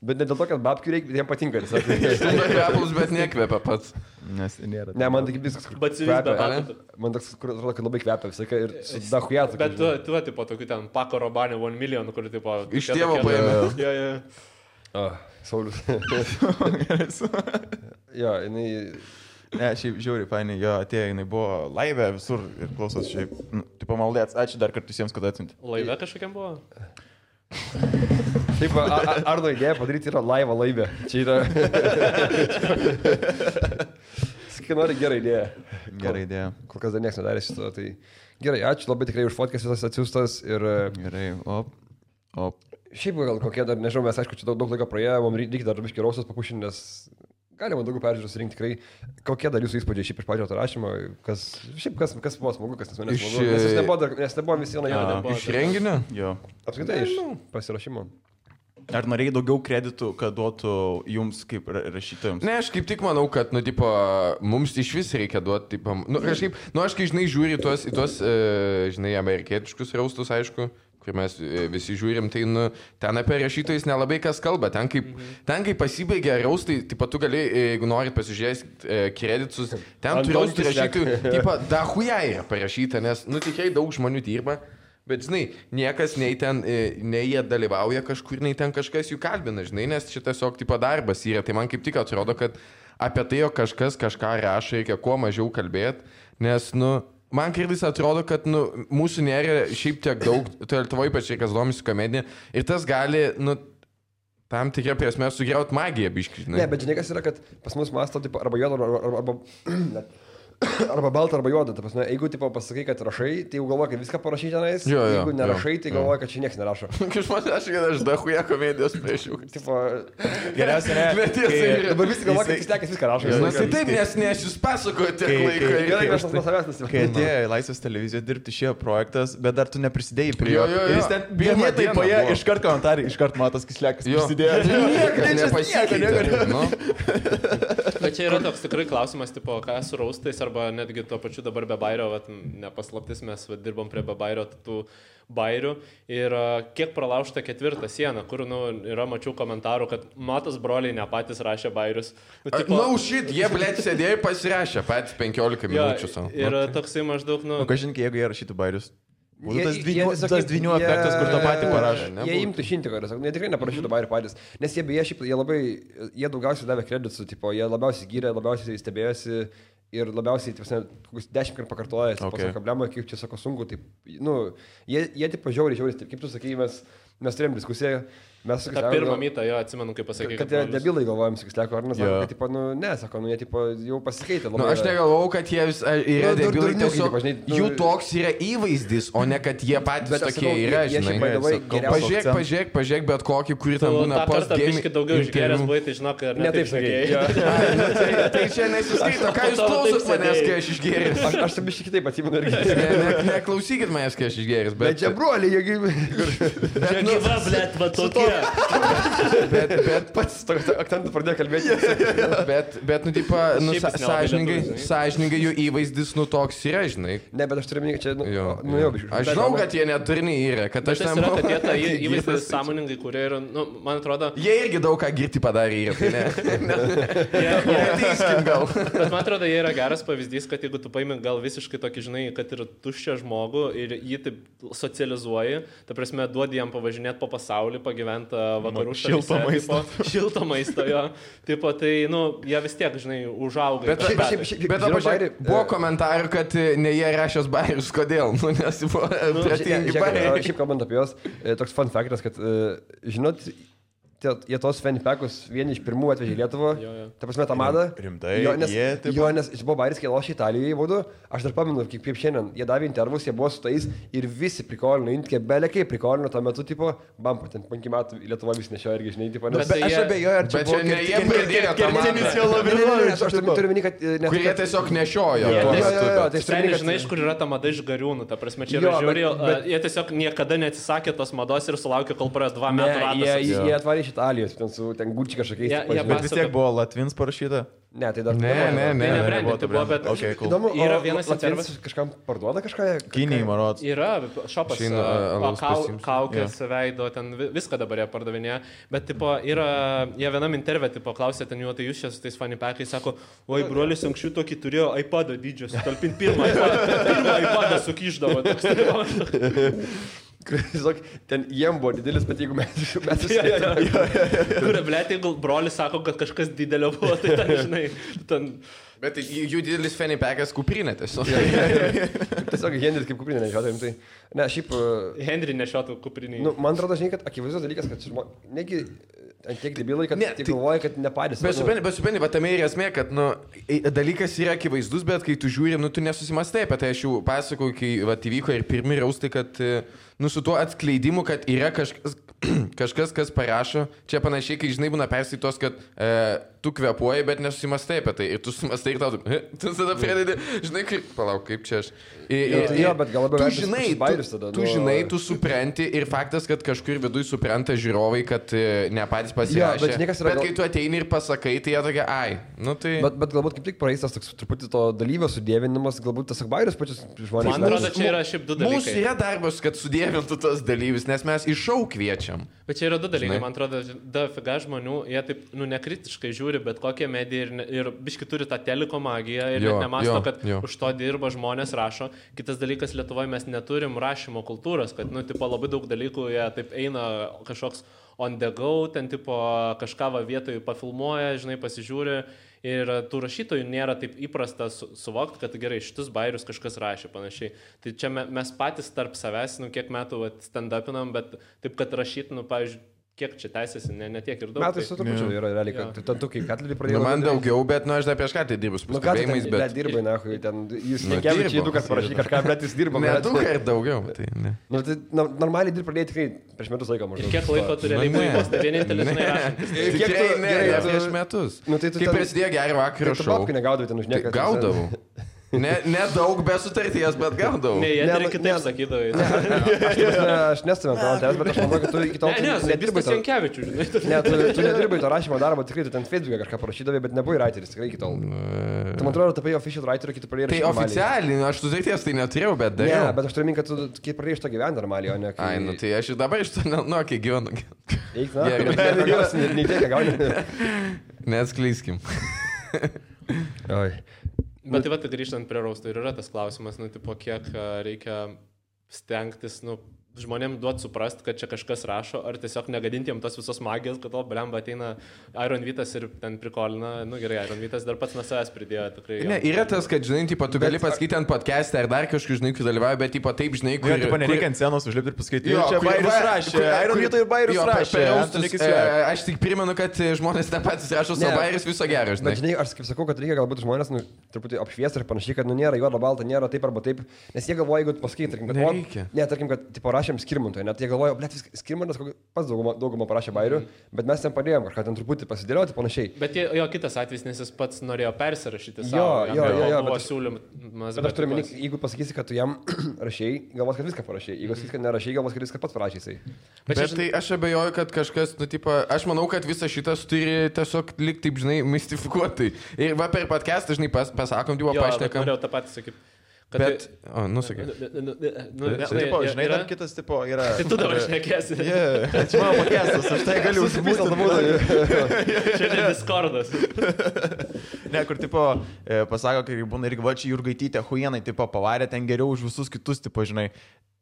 Bet ne dėl to, kad babkių reikia, bet jam patinka. tiesiog. Stumdo kvepalus, bet nekvepia pats. Nes nėra. ne, man tik viskas kur- Bet su vis be kvepia. ale? batų. Man toks, kur atrodo, kad labai kvepia visą laiką ir su dahuja. Bet tu, tu, va, tipo, tokių ten pako robanė 1 milijon, kur, tipo... Iš tokie- tėvo tokie- paėmė. Jo, jo. Saulis. Jo, jinai... Ne, šiaip žiauri, fainai, jo atėjo, jinai buvo laivė visur ir klausos šiaip. Nu, tipo maldėts, ačiū dar kartą visiems, kad atsinti. Laive kažkokiam buvo? Taip, va, a- a- Arno idėja padaryti yra laivą laivę. Čia yra... Sakai, nori gerą idėją. Gerai idėja. Kol kas dar niekas nedarė šito. Tai gerai, ačiū labai tikrai už fotkas visas atsiųstas. Ir e, Gerai, op. Op. šiaip gal kokie dar, nežinau, mes aišku, čia daug, daug laiko praėjo, mums reikia dar biškai rausios papušinti, nes galima daugiau peržiūrų surinkti tikrai. Kokie dar jūsų įspūdžiai šiaip iš pačio to rašymo, kas, šiaip kas, kas buvo smagu, kas nesmagu. Iš, nesmagu, Nes jūs e, nebuvo, dar- nes nebuvo visi vienoje A. vietoje. Iš renginio? Jo. Apskritai, iš nu. pasirašymo. Ar norėjai daugiau kreditų, kad duotų jums kaip ra- rašytojams? Ne, aš kaip tik manau, kad, nu, tipo, mums iš vis reikia duoti, tipo, nu, kažkaip, nu, aš kai, žinai, žiūri į tuos, į tuos e, žinai, amerikietiškus raustus, aišku, kur mes e, visi žiūrim, tai, nu, ten apie rašytojus nelabai kas kalba, ten kaip, ten kaip pasibaigia raustai, tipo, tu gali, e, jeigu norit pasižiūrėti e, kreditus, ten Ant turi raustų dulkių šneka. rašytojų, tipo, dahujai parašyta, nes, nu, tikrai daug žmonių dirba. Bet žinai, niekas nei ten, e, nei jie dalyvauja kažkur, nei ten kažkas jų kalbina, žinai, nes čia tiesiog tipo darbas yra. Tai man kaip tik atrodo, kad apie tai, jog kažkas kažką rašo, reikia kuo mažiau kalbėti, nes, nu, man kartais atrodo, kad, nu, mūsų nėra šiaip tiek daug, tai Lietuvoje ypač reikia domisi komediją ir tas gali, nu, tam tikrą prasme sugriauti magiją, biškiškai. Ne, bet žinai, kas yra, kad pas mus masto tipo, arba juoda, arba, arba, arba, net, arba balta, arba juoda. Ta prasme, jeigu tipo, pasakai, kad rašai, tai jau galvoji, kad viską parašai tenais. Jo, jo, jeigu nerašai, jo, tai jo. galvoji, kad čia niekas nerašo. Kažkas, aš, kad aš dahuja komedijos prieš jų. tipo, Geriausia yra. Bet tiesa kai- yra. dabar visi galvoja, kad Jisai- jis nekas viską rašo. Na, tai taip, nes, nes jūs pasakojote tiek Kai- laiko. kai- ir- Gerai, kai aš nuo savęs Kai nusipirkau. atėjo į Laisvės televiziją dirbti šio projektas, bet dar tu neprisidėjai prie Jo, jo. jo, Ir jo. Jis ten Pirmą vienetai dieną paėjo, buvo. iškart komentarai, iškart matas kislekas. Jo. Nepasikeitė. nu. Bet čia yra toks tikrai klausimas, tipo, ką su raustais, arba netgi tuo pačiu dabar be bairio, vat, nepaslaptis mes vat, dirbom prie be bairio tų bairių. Ir a, kiek pralaužta ketvirta siena, kur, nu, yra mačiau komentarų, kad matos broliai ne patys rašė bairius. Nu, Na, no, šit, jie, blėt, sėdėjo ir pasirašė patys 15 jo, minučių savo. ir a, toksai maždaug, nu, O kažinkai, jeigu jie rašytų bairius. Būtų Nu, Jie- tas jie dvynių- tiesiog tas kaip- dvinių jie- efektas, kur tą patį parašo. Ne, Jie būtų. imtų šimtį kartų, sakau, jie tikrai neparašytų bairių patys, nes jie beje šiaip, jie labai, jie daugiausiai davė kreditų, tipo, jie labiausiai gyrė, labiausiai stebėjosi ir labiausiai, taip, ne, kokius dešimt kartų pakartoja, okay. Okay. pasako problemą, kaip čia sako sunku, tai, nu, jie, jie tipo žiauriai, žiauriai, taip, kaip tu sakai, mes, mes turėjom diskusiją, mes su tą Kristianu- pirmą mytą, jo, atsimenu, kaip pasakė. kad tie debilai galvojom, su Kristianu, ar ne, sako, Jo. yeah. kad, tipo, nu, ne, sako, nu, jie, tipo, jau pasikeitė. Nu, aš negalvau, kad jie vis, a, yra Nu, dur- debilai, durniukai, tiesiog tipo, žinai, nu- jų toks yra įvaizdis, o ne kad jie patys Bet aš tokie sakau, yra, jie- jie šiaip žinai. by the way, Sakau, geriausia- Pažiūrėk, pažiūrėk, pažiūrėk bet kokį, kurį tam Tu būna Nu, tą post kartą game biškai daugiau išgeręs interviu. buvai, tai žinok, ar Ne taip sakei. sakai. jo. Tai čia nesiskaito, ką jūs Aš tau taip klausot manęs, sėdėjau. kai aš išgėręs. Aš, aš biškai kitaip atsimenu irgi. Ne- ne- Neklausykit manęs, kai aš išgėręs, Bet tai- bet... nu, čia broliai, jie... Čia Nu, gyva, blėt, va tokie. bet, bet, Pats toks akcentas pradėjo kalbėti. bet, bet, nu, tipo, nu, Šiaip sa- jis nelabai sąžiningai, lietuvis, žinai. sąžiningai jų įvaizdis, nu, toks yra, žinai. Ne, bet aš turiu minėti, čia, nu, Jo, nu jo. jau, biškai. aš žinau, kad jie neturni yra, kad Aš aš ten ten manau, Nu, kad jie tą Jie įvaizdį girti- sąmoningai kuria ir, nu, man atrodo, Jie irgi daug ką girti padarė yra, tai ne. Tai jie, Neteiskim gal. Bet man atrodo, jie yra geras pavyzdys, kad jeigu tu paimi gal visiškai tokį, žinai, kad ir tuščią žmogų ir jį taip socializuoji, ta prasme, duodi jam pavažinėti po pasaulį, pagyventi vakarų šilto šalyse, maisto. tipo, Šilto maisto, jo. Tipo, tai, nu, jie vis tiek, žinai, užauga. Bet, Bet, Šiaip- bet, šiaip- bet, šiaip- bet žiūrėjau dabar bairį, žiūrėk, buvo e, komentarų, kad e, ne jie rašęs bairius, kodėl, nu, nes buvo Žiūrėk, pratingi žiūrėk, bairiai. Šiaip kalbant apie juos, e, toks fun faktas, kad, e, žinot, tie, jie tos fanpekus vieni iš pirmų atvežė į Lietuvą. Jo, jo. Ta prasme, tą madą. Rimtai? Jo, nes, Jie taip- jo, nes jis buvo baris, kai lošė Italijoje būdu. Aš dar pamenu, kaip, kaip šiandien. Jie davė intervus, jie buvo su tais ir visi prikolino, intkė belekai prikolino tuo metu, tipo, bam, po ten 5 metų į Lietuvą vis nešioja irgi, žinai, tipo, nes... Bet- tai- Aš jie- abejoju, ar čia tai Bet čia buvo ne jie pradėjo tą kertinis jo matą, Ne, ne, ne, ne, aš labirintas. turiu turiu minėti, kad... e, ne, kurie kad- tiesiog nešiojo. Jie tuo tiesiog- metu. tai aš turiu Bet omeny, kad- nežinai, iš kur yra ta mada iš gariūnų, ta prasme, čia Jo, yra uh, bet- žiūri, bet- jie tiesiog niekada neatsisakė tos mados ir sulaukė, kol praeis dva Ne, metų. ratas jie, jie apsisuko. jie atvarė iš iš Italijos, ten su ten gučiai kažkokiais. Ja- Yeah, yeah, ja, Bet vis tiek buvo Latvins parašyta. Ne, tai dar Ne, ne, Tai ne. ne ne. branded, tai buvo, bet okay, cool. Įdomu, Yra o vienas Latvijas intervas- Kažkam parduoda kažką? Kinijai, marots. Yra šopas, Išeina, a- a, alaus kau, pasiimsiu. kaukės, yeah. veido, ten vi- viską dabar jie pardavinėja, bet tipo, yra, jie vienam intervė, tipo, klausė ten jų, tai jūs čia su tais fanipekais, sako, oi, brolius anksčiau tokį turėjo iPadą dydžio, sutalpinti pirmą iPadą, pirmą iPadą sukiždavo. toks, tipo. Tiesiog ten jiem buvo didelis, bet jeigu mes iš mes Jo, jo, jo. Kur, ble, jeigu brolis sako, kad kažkas didelio buvo, tai ten, žinai, ten... Bet tai jų jų didelis fenipekas kuprinė tiesiog. Tiesiog Henris kaip kuprinė nežadėjom. Tai, ne, šiaip, e, Henry nešiotų kuprinį. nu, man atrodo, žinai, kad akivaizdus dalykas, kad žmonės, negi e, ant tiek debilai, kad Ne, ne, tik tai- galvoja, kad nepadės. Nu, Bet supranti, bet supranti, bet tame ir esmė, kad, nu, i- dalykas yra akivaizdus, bet kai tu žiūri, nu, tu nesusimastai apie tai, aš jau pasakau, kai, va, įvyko ir pirmi raustai, kad, e, nu, su tuo atskleidimu, kad yra kažkas, kažkas kas parašo, čia panašiai, kai, žinai, būna perskaitos, kad e, tu kvepuoji, bet nesusimastai apie tai, ir tu susimastai ir tau, tu, e, tu tada pradedi, žinai, kaip, palauk, kaip čia aš. Ir, Jo, tai jo, bet gal labiau tu vertas žinai, pasibairius tu, tada, tu nu. žinai, tu supranti ir faktas, kad kažkur viduj supranta žiūrovai, kad e, ne patys Jo, pasirašė. bet žinai, kas yra bet gal- kai tu ateini ir pasakai, tai jie tokia, ai, nu tai... Bet, bet galbūt kaip tik praeistas toks truputį to dalyvio sudėvinimas, galbūt tas akbairius pačius žmonės. Man atrodo, čia yra šiaip du Mūsų dalykai. yra darbas, kad sudėvintų tos dalyvius, nes mes iš šau kviečiam. Bet čia yra du dalykai, Žinai. man atrodo, ži- da figa žmonių, jie taip, nu, nekritiškai žiūri, bet kokią mediją ir, ne- ir biški turi tą teliko magiją ir Jo, jo, nemasto, jo, jo, kad jo. jo. už to dirba žmonės rašo. Kitas dalykas, Lietuvoje mes neturim rašymo kultūros, kad, nu, tipo, labai daug dalykų jie taip eina kažkoks on the go, ten, tipo, kažką va vietoj pafilmuoja, žinai, pasižiūri. Ir tų rašytojų nėra taip įprasta su, suvokti, kad gerai, šitus bairius kažkas rašė panašiai. Tai čia me, mes patys tarp savęs, nu, kiek metų vat, stand-upinam, bet taip, kad rašyt, nu, pavyzdžiui, kiek čia teisėsi, ne, ne tiek ir daug. tai Metai su trupučiu yra realiai, kad tu ten tu kaip katlį pradėjai. Nu, man daugiau, bet nu aš dar prieš ką tai dirbu, su Tai Nu ką, tu ten, pastebėjimais, bet... bet bet... dirbai, na, kai ten jis Nu, nekevi čia dirbo. du, kas parašy kažką, bet jis dirba. Ne, blet. du ir daugiau. Tai, ne. Nu, tai no- normaliai dirbi pradėjai tikrai prieš metus laiko Ir maždaug. kiek laiko turi Nu, ne. realiai laikos, tai vienintelis žinai rašantis. Kiek Kiek Tikrai, tu- ne, gerai, ne, tu- prieš metus. Nu, tai tu Kai ten- prasidėjo gerą vakarą Ir tu šau. babkių negaudavai ten už Tai nieką. gaudavau. Ne, ne daug be sutarties, bet gaudavau. Ne, jie Ne, dar nu, kitaip ne. sakydavai. Aš, aš nestumiu ant tavęs, bet aš manau, kad tu iki tol Ne, ne, nedirbai nedirbai to. Jankievičių, žinai. tu- Ne, tu, tu nedirbai to rašymo darbo, tikrai tu ten Facebook'e kažką parašydavai, bet nebuvai writeris, tikrai iki tol. Tu man atrodo, tapai official writerio, kai tu pradėjai Tai rašyt normaliai. oficialiai, nu, aš sutarties tai neturėjau, bet Ne, dariau. bet aš turiu minti, kad tu kai pradėjai iš to gyventi normaliai, o ne kai... Ai, nu tai aš ir dabar iš to, ne- nu, kai gyvenu, Eik, na, Gerai. bet jos ne- nei tiek, kiek gauni. neatskleiskim. Oi. Bet taip pat grįžtant prie raustų ir yra tas klausimas, nu, tipo, kiek a, reikia stengtis, nu, žmonėm duoti suprast, kad čia kažkas rašo, ar tiesiog negadinti jam tos visos magijos, kad to blemba ateina Iron Vytas ir ten prikolina, nu gerai, Iron Vytas dar pats nuo savęs pridėjo tikrai. Ne, yra tas, kad, žinai, tipo, tu gali pasakyti ant podcast'e ar dar kažkur, žinai, kai dalyvauji, bet, tipo, taip, Ne, žinai, kur... Nu, tipo, nereikia ant scenos užlipti ir pasakyti, jo, čia kur- Bairius va- rašė, kur- tai- Iron kur- Vietoj ir Bairius jo, per- rašė. per raustus, Antonikis e, Vėra. Aš tik primenu, kad e, žmonės ne patys rašo Ne. savo bairius viso gero, Bet žinai. žinai, aš kaip sakau, kad reikia galbūt žmonės nu, truputį apšviesti ir panašiai, kad nu nėra juoda balta, nėra taip arba taip, nes jie galvoja, jeigu tu pasakai, tarkim, kad... Nereikia. Ne, tarkim, kad tipo, rašėm skirmantui, net jie galvoja, blėt, skirmantas kokį- pats daugumą, daugumą parašė bairių, Mhm. bet mes ten padėjom kažką ten truputį pasidėlioti panašiai. Bet jo, jo kitas atvejis, nes jis pats norėjo persirašyti Jo, savo. jam jo, jo, buvo- jo, Buvo bet- siūlymas. Bet aš turiu minį, jeigu pasakysi, kad tu jam rašiai, galvos, kad viską parašiai. Mhm. Jeigu sakysi, kad nerašiai, galvos, kad viską pats parašai. jisai. Bet Bet čia- tai aš abejoju, kad kažkas, nu, tipo, aš manau, kad visas šitas turi tiesiog likti, taip, žinai, mistifikuotai. Ir va per podcast'ą, žinai, pas, pasakom, tipo, Jo, bet pašnekam. norėjau tą patį sakyti. Bet, o, nu, sakyk. Nu, Tipo, žinai, dar kitą. kitas tipo yra. Tai tu dabar šnekėsi. Yeah, čia mano pakestas, aš tai galiu užsipildyti. Čia ne Discordas. Ne, kur tipo, e, pasako, kai būna irgi va čia Jurgaitytė, Huienai, tipo, pavarė ten geriau už visus kitus, tipo, žinai.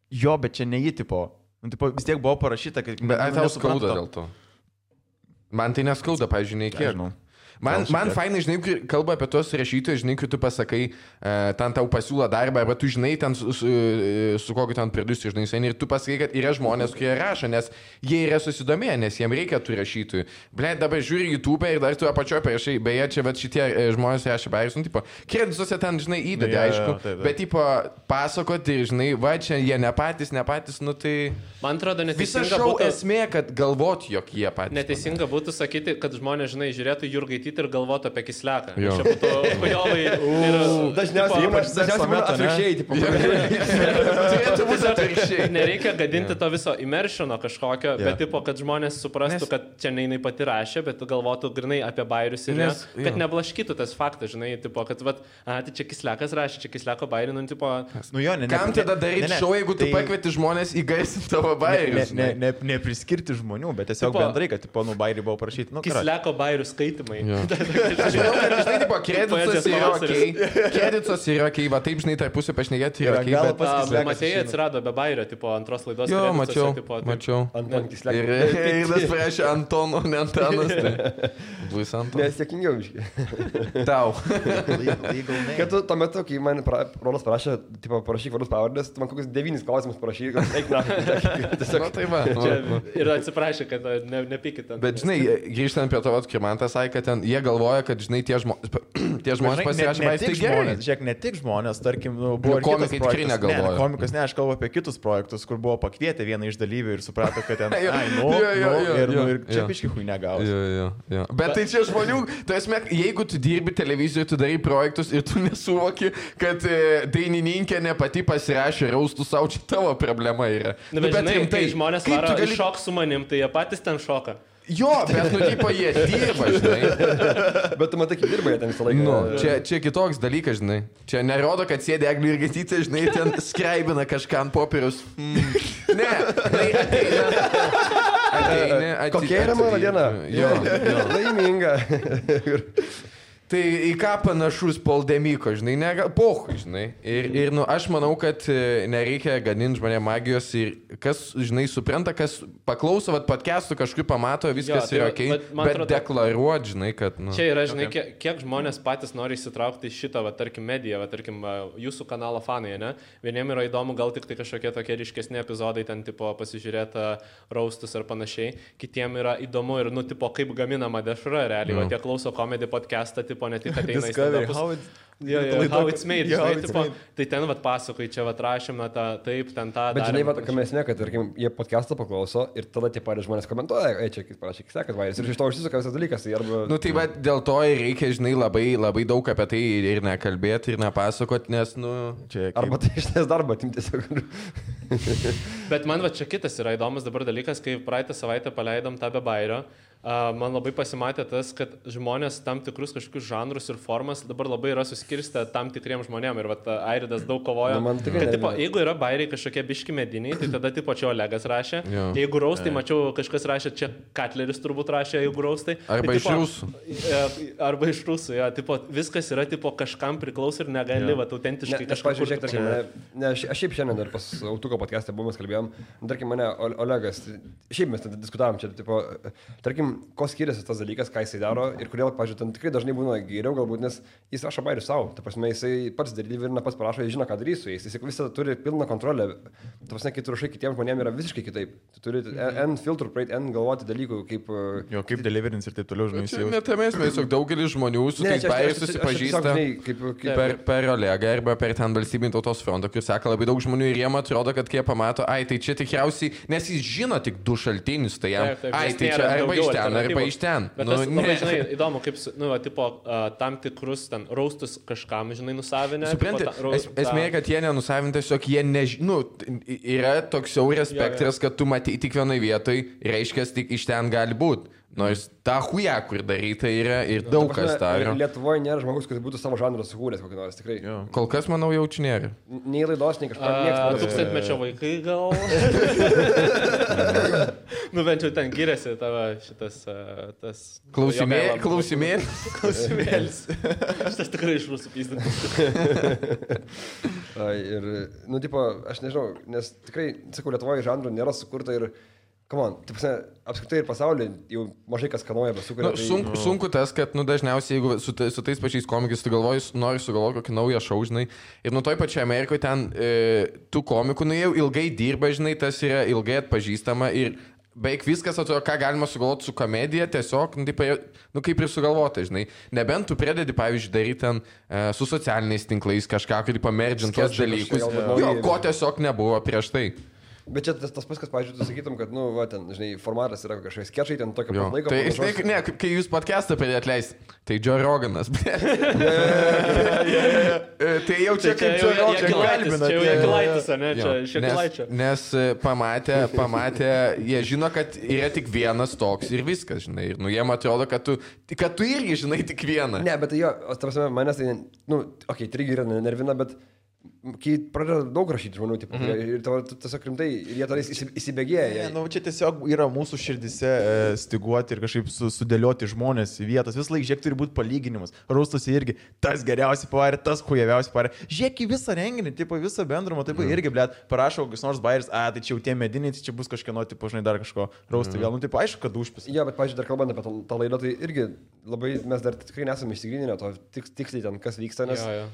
Jo, bet čia ne jį, tipo. Nu, tipo, vis tiek buvo parašyta, kad... Bet ar nu, tau nesupranta skauda to. dėl to? Man tai neskauda, pavyzdžiui, nei kiek. Nežinau. Man, Gal šiek man tiek. fainai, žinai, kai kalba apie tuos rašytojus, žinai, kai tu pasakai, e, ten tau pasiūlo darbą, arba tu žinai, ten su, su, e, su kokiu ten pridusiju, žinai, seniai, ir tu pasakai, kad yra žmonės, kurie rašo, nes jie yra susidomėję, nes jiem reikia tų rašytojų. Ble, dabar žiūri YouTube ir dar tu apačioje priešai, beje, čia bet šitie e, žmonės rašė, beje, nu, tipo, kredituose ten, žinai, įdeda, Nu, jo, jo, aišku, taip, taip. bet, tipo, pasakoti, žinai, va, čia jie ne patys, ne patys, nu tai... Man atrodo, Visa neteisinga šau būtų, esmė, kad galvot, jog jie patys. neteisinga būtų sakyti, kad žmonės, žinai, žiūrėtų Jurgaitį skaityti ir galvoti apie kisleką. Jo. Aš čia būtų kujovai. Dažniausiai būna dažniausiai būna atvirkščiai, tipo, Turėtų būti atvirkščiai. Nereikia gadinti to viso immersiono kažkokio, yeah. Jo. bet tipo, kad žmonės suprastų, Nes- Nes... kad čia ne jinai pati rašė, bet galvotų grinai apie bairius ir Nes- Nes... jo. ne, kad neblaškytų tas faktas, žinai, tipo, kad, vat, a, tai čia kislekas rašė, čia kisleko bairių, nu, tipo, Nu jo, ne, ne, Kam ne- tada ne, daryti ne, šau, jeigu tu tai- pakvieti žmonės įgaisinti tavo bairius? Ne, ne, ne, nepriskirti žmonių, bet tiesiog Tipo- tipo, bendrai, kad, tipo, nu, bairį buvo prašyti. Nu, karoči. kisleko bairių skaitimai. Jo. Yeah. Aš manau, kad žinai, tipo, kredicas Poezijos yra ok. pavasaris. Kredicas yra ok, va taip, žinai, tarpusio pašnekėti Yra yra ok. gal bet- pas Paskui kislekas. matėjai išeina. atsirado be bairio, tipo antros laidos. Jo, kredituose, mačiau. tipo, taip. Mačiau. ant man Ir kislekų. Tai- Eilas prieš Antono, ne Antanas. tai Bus Antonas. Nes sėkmingiau, biškai. Tau. Legal- legal name. Kad tu tuo metu, kai man pra, Rolas parašė, tipo, parašyk vardus pavardės, tu man kokius devynis klausimus parašyk, kad eik na. Na tai va. va, va. Čia ir atsiprašė, kad e, ne, nepykit. ant- Bet žinai, grįžtant prie to, vat, kai man tas sakė, kad ten jie galvoja, kad žinai, tie žmonės, tie žmonės Žinai, pasirašė ne, ne vaistą tik tai gerai. žmonės, žiūrėk, ne tik žmonės, tarkim, nu, buvo Nu, ir kitas komikai tikrai projektas. Ne, negalvojo. ne, komikas, ne, aš kalbu apie kitus projektus, kur buvo pakvietę vieną iš dalyvių ir suprato, kad ten, Jo, ai, nu, jo, jo, nu, jo, ir, nu, jo, ir čia jo. piški hui negavo. Jo, jo, jo. Bet tai čia žmonių, tu esmė, jeigu tu dirbi televizijoje, tu darai projektus ir tu nesuvoki, kad e, dainininkė ne pati pasirašė raustų savo, čia tavo problema yra. Nu, Na, bet, bet žinai, rimtai, kai žmonės kaip varo tu gali... šok su manim, tai jie patys ten šoka. Jo, bet nu, tipo, jie dirba, žinai. Bet tu matai, kaip dirba jie ten visą laiką. Nu, čia, čia kitoks dalykas, žinai. Čia nerodo, kad sėdi Eglių ir Getytė, žinai, ir ten skraibina kažką ant popierius. Hmm. Mm. Ne, tai ateina. ateina ati- Kokia yra mano ati- diena? Jo. Laiminga. Tai į ką panašus Paul Demiko, žinai, nega, poh, žinai. Ir, ir nu, aš manau, kad e, nereikia ganinti žmonėm magijos ir kas, žinai, supranta, kas paklauso, vad podcastų kažkaip pamato, viskas tai jo, yra va- ok, vat man bet atrodo- deklaruot, žinai, kad... Nu. Čia yra, žinai, okay. kiek, kiek žmonės patys nori įsitraukti į šitą, va, tarkim, mediją, va, tarkim, va, jūsų kanalo fanai, ne? Vieniems yra įdomu gal tik tai kažkokie tokie ryškesni epizodai, ten tipo pasižiūrėta raustus ar panašiai, kitiems yra įdomu ir, nu, tipo, kaip gaminama dešra realiai, o tie klauso komedį podcastą, tipo, ne tik ateina į Nu. Discovery, stand-upus. how it- Jo, jo, Laidok- how it's made, Jo, žinai, it's tipo, made. tai ten vad pasakoji, čia vad rašėme tą, taip, ten tą. Bet darėm, žinai, va, panašiai. tokia mesnė, kad, tarkim, jie podcastą paklauso ir tada tie patys žmonės komentuoja, ei, čia, kaip parašyk, sekat, vairis. Ir iš to užsisuka visas dalykas. Tai arba... Nu tai va, dėl to ir reikia, žinai, labai, labai daug apie tai ir- ir nekalbėti, ir nepasakot, nes, nu... Čia, kaip, Arba tai iš ties darbą atimti tiesiog. Bet man va čia kitas yra įdomus dabar dalykas, kai praeitą savaitę paleidom tą be bairio. a, Man labai pasimatė tas, kad žmonės tam tikrus kažkokius žanrus ir formas dabar labai yra suskirstę tam tikriems žmonėms. Ir va, Airidas daug kovojo. Na, Nu, man tikrai kad, tipo, nervina. jeigu yra bairiai kažkokie biški mediniai, tai tada tipo čia Olegas rašė. Jo. Jeigu raustai, mačiau, kažkas rašė, čia Katleris turbūt rašė, jeigu raustai. Arba tai, iš jūsų. e, Arba iš rusų, jo. Tipo, viskas yra, tipo, kažkam priklauso ir negali, va, autentiškai Ne, aš, kažkur pažiūrėjau, kurti. tarkim, mane, ne, aš, aš šiaip šiandien dar pas Autuko podcast'e buvom, mes kalbėjom, tarkim, mane Ol- Olegas, šiaip mes ten diskutavom čia, tipo, tarkim, ko skiriasi tas dalykas, ką jisai daro ir kodėl, pažiūrėjau, ten tikrai dažnai būna geriau, galbūt, nes jis rašo bairius savo, ta prasme, jisai pats dalyvina, pats parašo, jis žino, ką darys su jais, jis visą turi pilną kontrolę, ta prasme, kai tu rašai kitiems žmonėms yra visiškai kitaip, tu turi Mhm. N filtrų, praeit N galvoti dalykų, kaip... e, jo, kaip deliverins ir taip toliau, žinai, Čia jau. netamės, mes jau daugelis žmonių su Ne, tais čia aš- bairiais aš- aš- aš tiesiog, susipažįsta. žinai, kaip, kaip Per, per Olegą arba per ten valstybinį tautos frontą, kur seka labai daug žmonių ir jiem atrodo, kad kai jie pamato, ai tai čia tikriausiai, nes jis žino tik du šaltinius, tai jam, Taip, taip, ai nes tai nėra čia arba daugiau iš ten, arba alternatyvų. iš ten. Bet nu, tas, ne. labai, žinai, įdomu, kaip, su- nu, va, tipo, a, tam tikrus ten raustus kažkam, žinai, nusavinę. Supranti, tipo, ta- rau- es, tą- esmė, kad jie nenusavinti, tiesiog jie nežino, nu, yra toks siauras Jo, jo. spektras, kad tu matai tik vienoje vietoje, reiškia, tik iš ten gali būti. Nors ta huja, kur daryta yra ir daug kas daro. Lietuvoje nėra žmogus, kuris būtų savo žanrą sukūręs kokį nors, tikrai. Jo. Kol kas, manau, jaučiu nėra. Nei laidos, nei kažką. A, Niekas man Tūkstantmečio vaikai gal. nu bent jau ten giriasi tavo šitas. a, tas Klausimėlis. Klausimėlis. Klausimėlis. Šitas tikrai iš mūsų pyzdintas. A, ir, nu, tipo, aš nežinau, nes tikrai, sakau, Lietuvoje žanrų nėra sukurta ir, come on, taip, apskritai ir pasaulyje jau mažai kas kanoja, bet sukuria. Nu, sunku, sunku tas, kad nu, dažniausiai, jeigu su, ta- su tais pačiais komikais tu galvoji, su- nori sugalvoti kokį naują šau, žinai, ir nu toj pačiai Amerikoje ten e, tų komikų, nu jie jau ilgai dirba, žinai, tas yra ilgai atpažįstama ir beveik viskas atrodo, ką galima sugalvoti su komedija, tiesiog, nu, taip, jau- nu kaip ir sugalvota, žinai. Nebent tu pridedi, pavyzdžiui, daryti ten e, su socialiniais tinklais kažką, kaip pamerdžiant tuos Skečai dalykus, kažkokie, galbūt jo, nauji. ko tiesiog nebuvo prieš tai. Bet čia tas, tas pats, kas, pavyzdžiui, tu sakytum, kad, nu, va, ten, žinai, formatas yra kažkoks sketšai, ten tokio pat laiko. Tai, panašaus- žinai, ne, kai- kai jūs podcastą pradėt leisti, tai Joe Roganas. blet. E, Tai jau čia kaip Joe Roganas. kalbinat, Čia jo, jo, jau jo. Jeklaitis, ne, Jo, čia Nes, Šeklaičio. nes e, pamatė, pamatė, jie žino, kad yra tik vienas toks ir viskas, žinai. Ir nu, jiem atrodo, kad tu, kad tu irgi žinai tik vieną. Ne, bet tai jo, o, ta prasme, manęs tai, nu, okei, okay, triggerina, ne- nervina, bet kai pradeda daug rašyti žmonių, Mhm. tipo, mm -hmm. ir tavo tu tiesiog rimtai, ir jie tada įsi- Ne, įsibėgėja. jie- nu, čia tiesiog yra mūsų širdise e, styguoti ir kažkaip su, sudėlioti žmonės į vietas. Vis laik, žiūrėk, turi būti palyginimas. Raustusi irgi, tas geriausiai pavarė, tas hujaviausiai pavarė. Žiūrėk į visą renginį, tipo, visą bendrumą, taip Mhm. mm. irgi, blėt, parašau, kokius nors bairis, a, tai čia jau tie mediniai, tai čia bus kažkieno, tipo, žinai, dar kažko Mhm. rausti mm. vėl, nu, tipo, aišku, kad užpis. Jo, bet, pažiūrėjau, dar kalbant apie tą, tą laidą, tai irgi labai mes dar tikrai nesame išsigryninę to tik, tiksliai ten, kas vyksta, nes Jo, jo.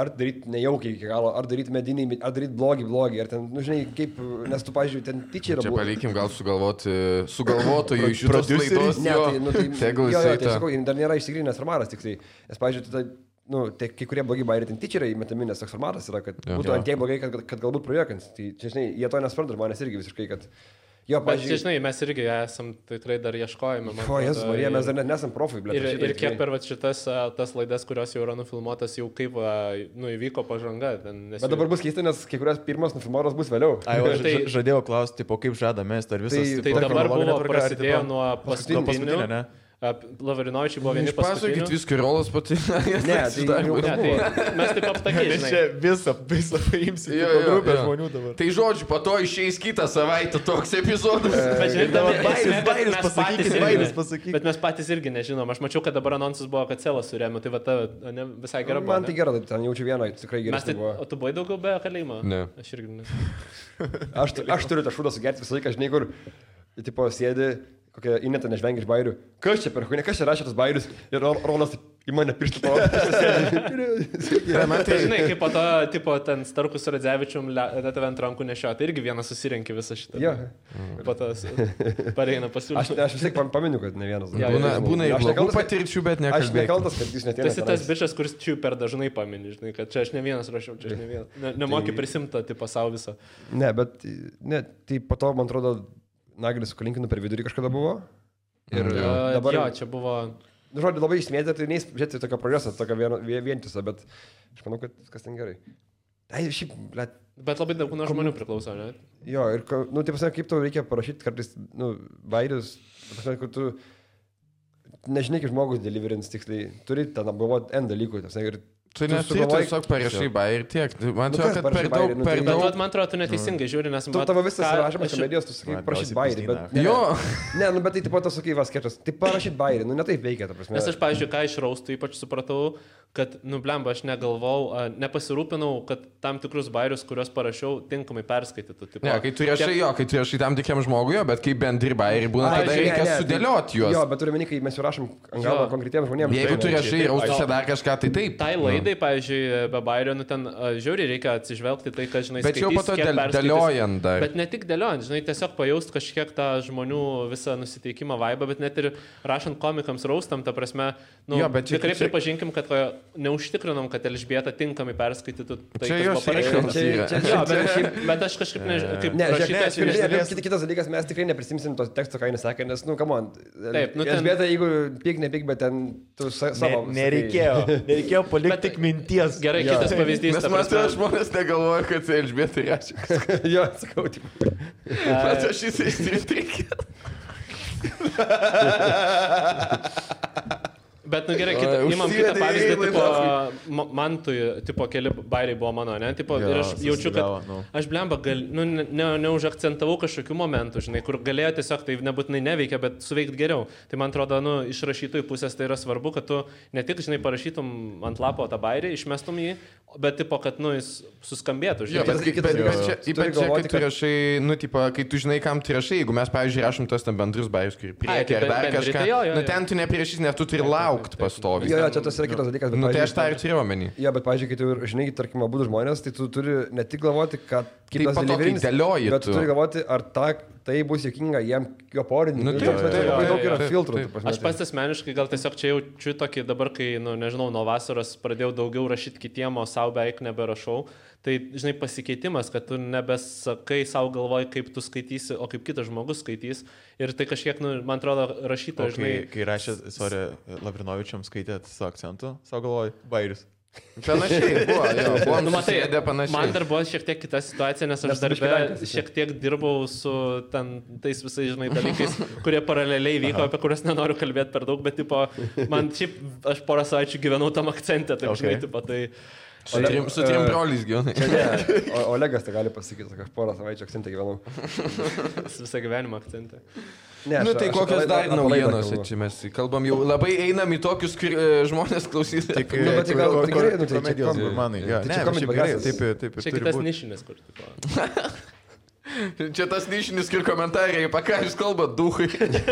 ar daryti nejaukiai iki galo, ar daryti medinį, ar daryti blogį, blogį, ar ten, nu, žinai, kaip, nes tu, pažiūrėjau, ten tyčia yra Čia blogai. palikim gal sugalvoti, sugalvotojų iš šitos prodiuserį? laidos. Ne, jo, tai, nu, tai, tegul jo, jo, jisai tai tą- sakau, jin dar nėra išsigryninęs formatas tiksliai. Nes, pažiūrėjau, tai, ta- nu, tai kai kurie blogi bairiai ten tyčia yra įmetami, nes toks formatas yra, kad Jo. jo. būtų ant tiek blogai, kad, kad, kad galbūt projekins. Tai, čia, žinai, jie to nesupranta, žmonės irgi visiškai, kad... Jo, Bet, čia, pažiūrėjau, žinai, mes irgi esam tikrai dar ieškojame. man O, Jėzus, atrodo, Marija, ir- mes dar net nesam profai, tai blė. Ir, ir kiek per vat šitas a, tas laidas, kurios jau yra nufilmuotas, jau kaip a, nu, įvyko pažanga. Ten, nes Bet dabar bus keista, nes kai kurios pirmas nufilmuotas bus vėliau. Ai, o aš Tai- tai, žadėjau klausti, tipo, kaip žada mest, ar visas. tipo, Tai- Tai dabar chronologinė buvo tvarka, ar, tipo, prasidėjo nuo paskutinio- paskutinio, paskutinio. ne? Lavarinovičiai buvo vieni Išpasakykit paskutinių. viską, rolas pati. Ne, tai jau Ne, buvo. tai mes taip aptakiai, Nes čia žinai. visą, visą paimsi, Jo, tipo, jo, grupę jo. žmonių dabar. Tai žodžiu, po to išeis kitą savaitę toks epizodas. Bet žinai, dabar tame bairis, esmė, kad bairis mes pasakykit, patys irgi- bairis pasakykit. Bet mes patys irgi nežinom. Aš mačiau, kad dabar anonsas buvo, kad celas surėmė, tai va ta a, ne, visai Nu, gera buvo. Man tai ne? gerai, ten jaučiu vieną, tikrai gerai. Mes tai, buvo. o tu buvai daugiau be kalėjimo? Ne. Aš irgi ne. Aš, tu- aš turiu tą šūdą sugerti visą laiką, žinai, kur, tipo, sėdi, kokia ineta nežvengia iš bairių. Kas čia per huinė, kas čia rašė tas bairius? Ir Ro- Rolas taip į mane pirštą Man tai žinai, kaip po to, tipo, ten Starkus Radzevičium, tave ant rankų nešio, tai irgi vienas susirinkė visą šitą. Ja. Po to s- pareina Aš, pasiūlyti. aš vis tiek pam- pamenu, kad ne vienas. Jo, Būna, būna ir Aš blogų nekaltas, kad- patirčių, bet Aš nekalbėk. nekaltas, kad jūs Tu esi tas netėjote. bičias, kuris čia jų per dažnai pamini, žinai, kad čia aš ne vienas rašiau, čia aš ne vienas. Ne, Tai- nemoki prisimta, tipo, savo viso. Ne, bet, ne, tai po to, man atrodo, Naglis su Kalinkinu per vidurį kažkada buvo. Ir Mm, jo. Uh, dabar Dabar jo, čia buvo... Nu, žodžiu, labai išmėtė, tai neįs, žiūrėti, tokio progreso, tokio vien, vien, vientisą, bet aš manau, kad viskas ten gerai. Tai šiaip, blėt, Bet labai daug nuo žmonių priklauso, ne? jo, ir, ko- nu, taip pasakant, kaip tau reikia parašyti kartais, nu, bairius, pasakant, kur tu nežinai, kaip žmogus deliverins tiksliai, turi ten apgalvoti N dalykų, taip sakant, ir Tai Tu nes tu sugalvoji- tiesiog parašai bairį ir tiek. Man Nu, atrodo, kas kad parašai per bajerį? daug, Nu, per tai- Bet, daug vat, man atrodo, tu neteisingai žiūri, nes... tu vat tavo visas ką rašymas aš- komedijos, tu sakai, Man parašyti gausiai bairį, pusdyna. bet... ne, Jo. ne, Ne, nu, bet tai taip pat tas, sakai, vaskėtas, tai parašyti bairį, nu, netaip veikia, ta prasme. Nes aš, pavyzdžiui, ką išraustų, ypač supratau, kad, nu, blemba, aš negalvau, a, nepasirūpinau, kad tam tikrus bairius, kuriuos parašiau, tinkamai perskaitytų. Tipo, Ne, kai tu rašai jo, kai tu rašai tam tikiam žmogui, jo, bet kai bendri bairį būna, Ai, tada ne, reikia ne, tai- sudėlioti juos. Jo, bet turime, kai mes jau rašom ant galo Jo. konkretiems žmonėms. Jeigu tai- tu rašai ir aišku. austusi dar kažką, tai taip. Tai laidai, pavyzdžiui, be bairio, nu ten a, žiauriai reikia atsižvelgti tai, kad, žinai, Bet jau po skaitys, to kiek dėl- perskaitys. dėliojant dar. Bet ne tik dėliojant, žinai, tiesiog pajaust kažkiek tą žmonių visą nusiteikimą vaibą, bet net ir rašant komikams raustam, ta prasme, nu, Jo, jo, bet čia- tikrai čia- pripažinkim, kad va, neužtikrinom, kad Elžbieta tinkamai perskaitytų tai, Čia kas jos buvo parašyta. reikalas yra. čia- Jo, bet, šiaip, bet aš kažkaip než... kaip Ne, žiūrėk, ne, rašytojas jau ne, nežinau. ne, kit- kitas dalykas, mes tikrai neprisimsim tos teksto, ką jis sakė, nes, nu, kam on. Taip, nu, ten- Bet jeigu pig, ne pig, bet ten tu sa Ne, savo. nereikėjo, nereėjo Bet- tai palikti tik minties. Gerai, Jo. kitas pavyzdys. tai- Nes ta man prasme, atrodo, žmonės negalvoja, kad Elžbieta rašė. sakai. jo, sakau, tipo. Bet aš jis įstrikęs. Bet, nu gerai, Oi, kitą, imam kitą užsivedė pavyzdį, į tipo, ma- man tu, tipo, keli bairiai buvo mano, ne, tipo, Jo, jo, ir aš jaučiu, susigavo, kad nu. nu. aš blemba, gal, nu, ne- ne, neužakcentavau kažkokių momentų, žinai, kur galėjo tiesiog tai nebūtinai neveikia, bet suveikt geriau. Tai man atrodo, nu, iš rašytojų pusės tai yra svarbu, kad tu ne tik, žinai, parašytum ant lapo tą bairį, išmestum jį, bet, tipo, kad, nu, jis suskambėtų, Jo, žinai. bet, Kitas- bet, kitas bet, dalykas, čia, tu turi ypač čia, galvoti, kai tu kad- rašai, nu, tipo, kai tu žinai, kam tu rašai, jeigu mes, pavyzdžiui, rašom tos ten bendrus bairius, kur į Ai, priekį tai ar ben- dar bendri, kažką, tai jo, jo, nu jo. ten tu neprirašysi, nes tu turi laukti pastovi. Jo, jo, čia tas yra kitas dalykas. bet, Nu, tai pavyzdžiui, aš tą ir turėjau omeny. Jo, bet, pavyzdžiui, kai tu, ir, žinai, tarkim, abu žmonės, tai tu turi ne tik galvoti, kad po to, kai deliverinis, dėlioji bet tu. tu turi galvoti, ar tą tai bus juokinga jam jo porinį. Nu, Nu, taip, taip, taip, taip, labai taip, daug yra taip, filtrų. taip. ta prasme, Aš tai- pats asmeniškai gal tiesiog čia jaučiu tokį dabar, kai, nu, nežinau, nuo vasaros pradėjau daugiau rašyti kitiem, o savo beveik neberašau. Tai, žinai, pasikeitimas, kad tu nebesakai savo galvoj, kaip tu skaitysi, o kaip kitas žmogus skaitys. Ir tai kažkiek, nu, man atrodo, O rašyto, kai, žinai, kai rašė, sorry, Lavrinovičiam skaitėt su akcentu, savo galvoj, bairius. Panašiai buvo, jo, buvom Nu, matai, susėdę panašiai. man dar buvo šiek tiek kita situacija, nes aš Nes tu biškį darbę rankas esi. šiek tiek dirbau su ten, tais visais, žinai, dalykais, kurie paraleliai vyko, apie kuriuos nenoriu kalbėti per daug, bet, tipo, man šiaip, aš porą savaičių gyvenau tam akcentą, tai, Okay. okay. žinai, tipo, tai... Su trim, su trim broliais gyvenai. Ne, O- Olegas tai gali pasakyti, kad aš porą savaičių akcentą gyvenau. visą gyvenimą akcentą. Ne, Na nu, aš- tai aš kokios apie dar laidą- apie laidą naujienos kalbu. čia mes kalbam jau labai einam į tokius, kur e, žmonės klausys. Tik Nu, bet tai gal- tai gerai, nu, tai čia komedijos kom- gurmanai. tai čia komedijos bagazas. Taip, ir- taip, ir Čia turi kitas būt. nišinis, kur tipo. čia tas nišinis, kur komentarai, apie ką jūs kalbat, duhai.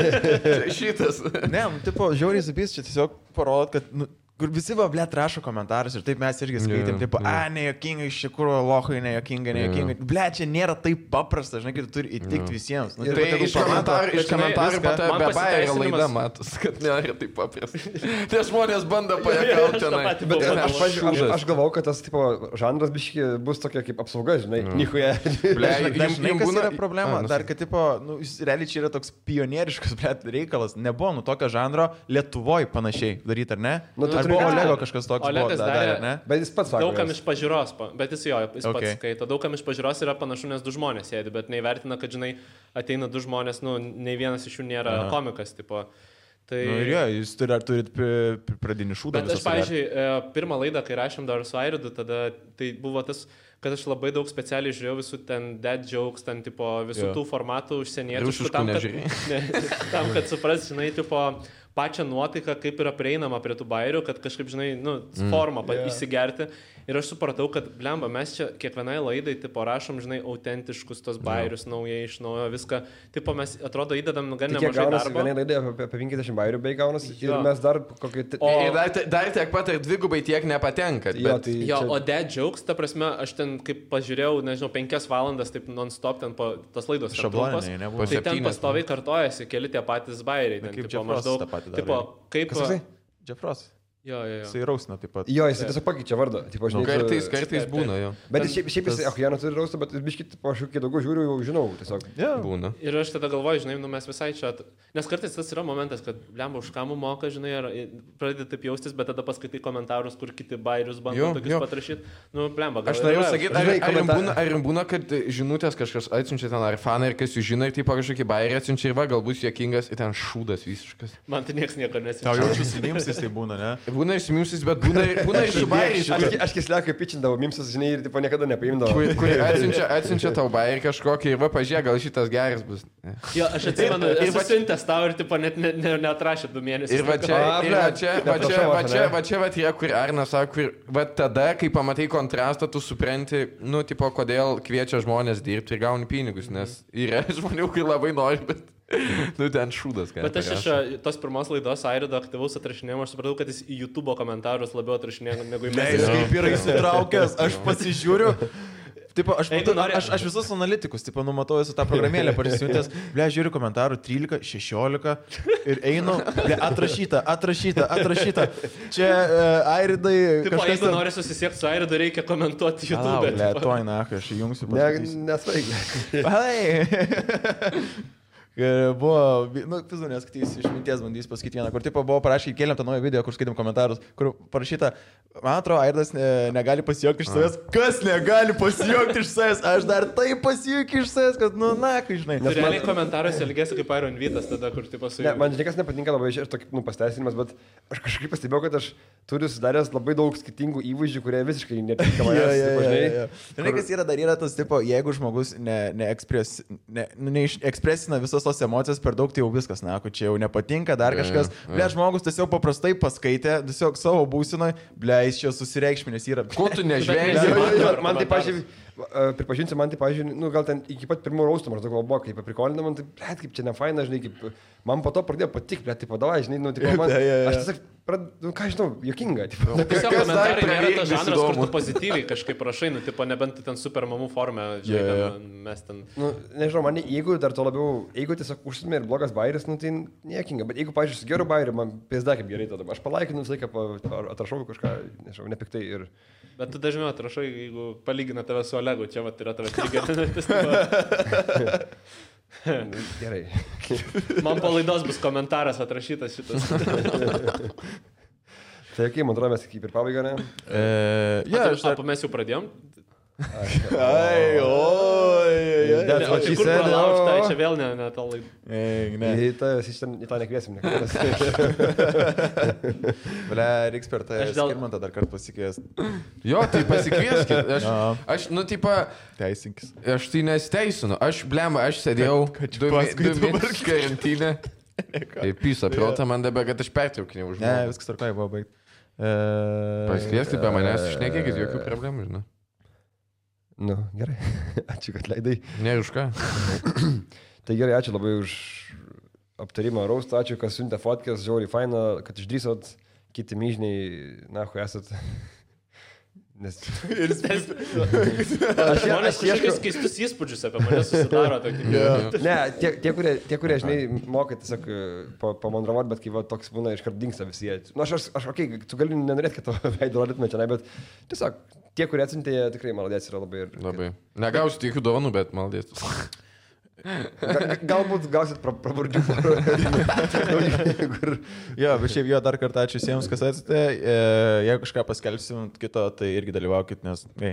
Čia šitas. Ne, nu, tipo, žiauriai supys, čia tiesiog parodot, kad, nu, kur visi va, blėt, rašo komentarus ir taip mes irgi Jo, skaitėm, yeah, tipo, jo. yeah. a, nejokingai, iš tikrųjų, lohai, nejokingai, nejokingai. Yeah. Blėt, čia nėra taip paprasta, žinai, kad tu turi įtikti yeah. visiems. Nu, Tai tipo, tegul iš pamato. komentarų, iš bet žinai, komentarų, viską- bet man be bairė pasiteisinimas- laida matos, kad nėra taip paprasta. Tie žmonės bando pajakauti aš tą tenai. patį Bet pagalvojau. aš Aš, aš, aš, pažiūrėjau. aš galvau, kad tas tipo, žanras biški bus tokia kaip apsauga, žinai. Nikuje. Dar Jums žinai, jums kas būna yra problema? Dar, kad, tipo, nu, jis realiai čia yra toks pionieriškas, blėt, reikalas. Nebuvo, nu, tokio žanro Lietuvoje panašiai daryti, ar ne? Nu, tu ar turi buvo galvą. Olego kažkas toks, buvo, Olegas da, darė- darė, ar ne? Bet jis pats sako. Daugam jas. iš pažiūros, pa- bet jis jo, jis okay. Okay. pats skaito, daugam iš pažiūros yra panašu, nes du žmonės sėdi, bet neįvertina, kad, žinai, ateina du žmonės, nu, nei vienas iš jų nėra Aha. Aha. komikas, tipo. Tai... Nu, ir jo, jūs turi, ar turit pri- pri- pradinį šūdą. Bet aš, pavyzdžiui, e, pirmą laidą, kai rašėm dar su Airidu, tada tai buvo tas, kad aš labai daug specialiai žiūrėjau visų ten dead jokes, ten tipo visų Jo. jo. tų formatų užsienietiškų, Rusiškų tam, kad, nežiūrėjai. ne, tam, kad supras, žinai, tipo pačią nuotaiką, kaip yra prieinama prie tų bairių, kad kažkaip, žinai, nu, Mm. formą yeah. įsigerti. Ir aš supratau, kad, blemba, mes čia kiekvienai laidai, tipo, rašom, žinai, autentiškus tos bairius, yeah. naujai iš naujo viską. Tipo, mes, atrodo, įdedam gan Tai kiek nemažai gaunasi, darbo. vienai laidai apie, apie 50 bairių bei gaunasi. Ir Jo. mes dar kokį... ti- O- Ir dar, dar tiek pat ir dvigubai tiek nepatenka. Jo, tai Jo, čia- o dead jokes, ta prasme, aš ten kaip pažiūrėjau, nežinau, penkias valandas, taip non-stop ten po tos laidos. yra Šabloniniai, trumpos. nebuvo. Tai ten Septynios, pastoviai kartojasi keli tie patys bairiai. Na, Ten, tipo, Nu, kaip Jeff Ross maždaug, tą patį daro, tipo, kaip... Kas jisai? Jeffros. Jo, jo, jo. Jisai rausina taip pat. Jo, jis tiesiog pakeičia vardą. Tipo, žinai, tu- nu, Kartais, kartais būna jo. Bet jis šiaip, šiaip jis, ach, Janas turi raustą, bet biškit, po aš jau kiek daugiau žiūriu, jau žinau tiesiog. Yeah. Būna. Ir aš tada galvoju, žinai, nu mes visai čia... At... Nes kartais tas yra momentas, kad lemba už kamų moka, žinai, ir pradedi taip jaustis, bet tada paskaitai komentarus, kur kiti bairius Jo, bando jo. tokius patrašyti. Nu, lemba, Aš norėjau sakyti, ar, Žinai, ar, jum komentar- būna, ar jums būna, kad e, žinutės kažkas atsiunčia ten, ar fanai, ar kas jūs žino, ir tai kažkokį bairį atsiunčia ir va, galbūt juokingas, ir ten šūdas visiškas. Man tai niekas nieko Tau nesimokė. jau susidimsis tai būna, ne? Būna išsimiusis, bet būna, ir- būna ir su Aš, bairį. aš kislekai pičindavau, mimsas, žinai, ir tipo niekada nepaimdavau. Kur, kur atsiunčia, atsiunčia tau bairį kažkokį ir va, pažiūrėk, gal šitas geras bus. Jo, aš atsimenu, Ir- ir esu va- siuntęs tau ir, tipo, net ne- ne- neatrašė du mėnesius. Ir va čia, A, ir va blet, čia, va čia, neprašau, va aš čia, ne. va čia, va tie, kur Arnas sako, kur, va tada, kai pamatai kontrastą, tu supranti, nu, tipo, kodėl kviečia žmonės dirbti ir gauni pinigus, nes yra žmonių, kurie labai nori, bet, nu, ten šūdas, ką. Bet aš iš parašo. e, tos pirmos laidos Airido aktyvaus atrašinėjimo, aš supratau, kad jis į YouTube komentarus labiau atrašinėjo negu į Ne, jis mane. kaip yra įsitraukęs, aš pasižiūriu. Tipo, aš, Jeigu matau, nori- aš, aš visus analitikus, tipo, numatau visą tą programėlę, pasisiuntęs, ble, žiūriu komentarų 13, 16 ir einu, ble, atrašyta, atrašyta, atrašyta. Čia uh, airidai... Tipo, kažkas jeigu ten- nori susisiekti su Airidu, reikia komentuoti Palauk, YouTube. Ble, tipo. to eina, aš įjungsiu. Ne, pasakysiu. nesvaigia. Palai. Ir Buvo, vi- nu, fizu neskaitys, išminties bandys pasakyti vieną, kur tipo buvo parašyta, kėlėm tą naują video, kur skaitėm komentarus, kur parašyta, man atrodo, Airdas ne, negali pasijokti iš savęs. Kas negali pasijokti iš savęs? Aš dar taip pasijokiu iš savęs, kad, nu, na, kai žinai. Tu realiai komentaruose elgesi kaip Iron Vytas, tada kur tipo su Ne, juo. man niekas nepatinka labai ir toks nu, pasteisinimas, bet aš kažkaip pastebėjau, kad aš turiu sudaręs labai daug skirtingų įvaizdžių, kurie visiškai netinka Jo, manęs. jo, tipo, jo, žinai. jo. Nu, Žinai, kas yra dar yra tas, tipo, jeigu žmogus ne- neekspres- ne- nu, neišekspresina visas tos emocijas per daug, tai jau viskas, na, čia jau nepatinka, dar Jo, kažkas. jo, jo. Ble, žmogus tiesiog paprastai paskaitė, tiesiog savo būsinoje, ble, jis čia susireikšminęs yra. Ko tu nežvelgi? Bet- Jo, jo, jo, Mato Man tai, komentarus. pažiūrėjau, Va, e, Pripažinsiu, man tai, pavyzdžiui, nu, gal ten iki pat pirmo rausto, maždaug galvo, buvo, kaip aprikolinam, man tai, blėt, kaip čia ne faina, žinai, kaip, man po to pradėjo patikti, blėt, tai padavai, žinai, nu, tai man, Jo, jo, jo. aš tiesiog, prad- nu, ką žinau, jokinga, tipo, Tiesiog Kas dar komentarai nėra prireiks, tas žanras, kur įdomu. tu pozityviai kažkaip rašai, nu, tipo, nebent tu ten super mamų formę, žinai, Jo, yeah, jo. yeah. mes ten... nu, nežinau, man, jeigu dar to labiau, jeigu tiesiog užsimė ir blogas bairis, nu, tai niekinga, bet jeigu, pavyzdžiui, su geru bairiu, man pizda kaip gerai tada, aš palaikinu visą laiką, pa- ar atrašau kažką, nežinau, nepiktai ir... Bet tu dažniau atrašai, jeigu palygina tave su Olegu, čia va, yra Tai tave trigerinantis. nu, Gerai. Man po laidos bus komentaras atrašytas šitas. Tai jokiai, man atrodo, mes kaip ir pabaigą, ne? E, Ja, Yeah, aš tą tai, mes jau pradėjom. Ai, oi, oi, oi. That's Ne, what o she čia kur said, pralaužta, o. čia vėl ne, ne tą laidą. Eik, ne. Į tą, į šitą- į tą nekviesim, ne? Ble, reiks per tą Aš dėl- eksperimentą dar kartą pasikvies. Jo, tai pasikvieskit. Aš, Jo. aš nu, tipo, Teisinkis. Aš tai nesiteisinu. Aš, blem, aš sėdėjau Kad- kad du mė- paskui du dabar- mėnesius karantinę. Ir pisa, pilota man dabar, kad aš pertraukinėjau už Ne, žmogų. viskas tarkoja buvo baigti. E, Pasikvieskit be manęs, išnekėkit, jokių problemų, žinai. Nu, gerai. Ačiū, kad leidai. Ne, už ką? Tai gerai, ačiū labai už aptarimą raustą, ačiū, kas siuntė fotkės, žiauri faina, kad išdrysot, kiti myžniai, na, hu esat. Nes... Aš, Žmonės kažkokius keistus įspūdžius apie mane susidaro. Tokį, Ne, tie, tie, kurie, tie, kurie, žinai, moka tiesiog pamandravot, bet kai va, toks būna iškart dinksta visi. jie. Na, nu, aš, aš, aš okei, okay, tu gali nenorėti, kad to veidą rodytume čia, bet tiesiog tie, kurie atsintė, jie tikrai maladės yra labai. Ir, Labai. Negausiu jokių dovanų, bet maldės. Ga- Galbūt gausit pra- pravardžių. porą. Kur- Jo, bet šiaip jo dar kartą ačiū visiems, kas atsitė. E, Jeigu kažką paskelbsim kito, tai irgi dalyvaukit, nes, hei,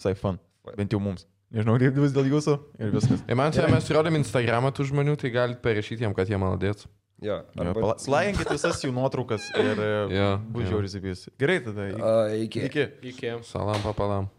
visai fun. Bent jau mums. Nežinau, kaip bus dėl jūsų ir viskas. Ir man čia mes rodėm Instagramą tų žmonių, tai galite parašyti jiem, kad jie maldės. Jo, Jo, arba- pala- Slaikinkit visas jų nuotraukas ir e, Jo, būdžiau jo. rizipijus. Gerai tada. A, Iki. Iki. iki. Salam papalam.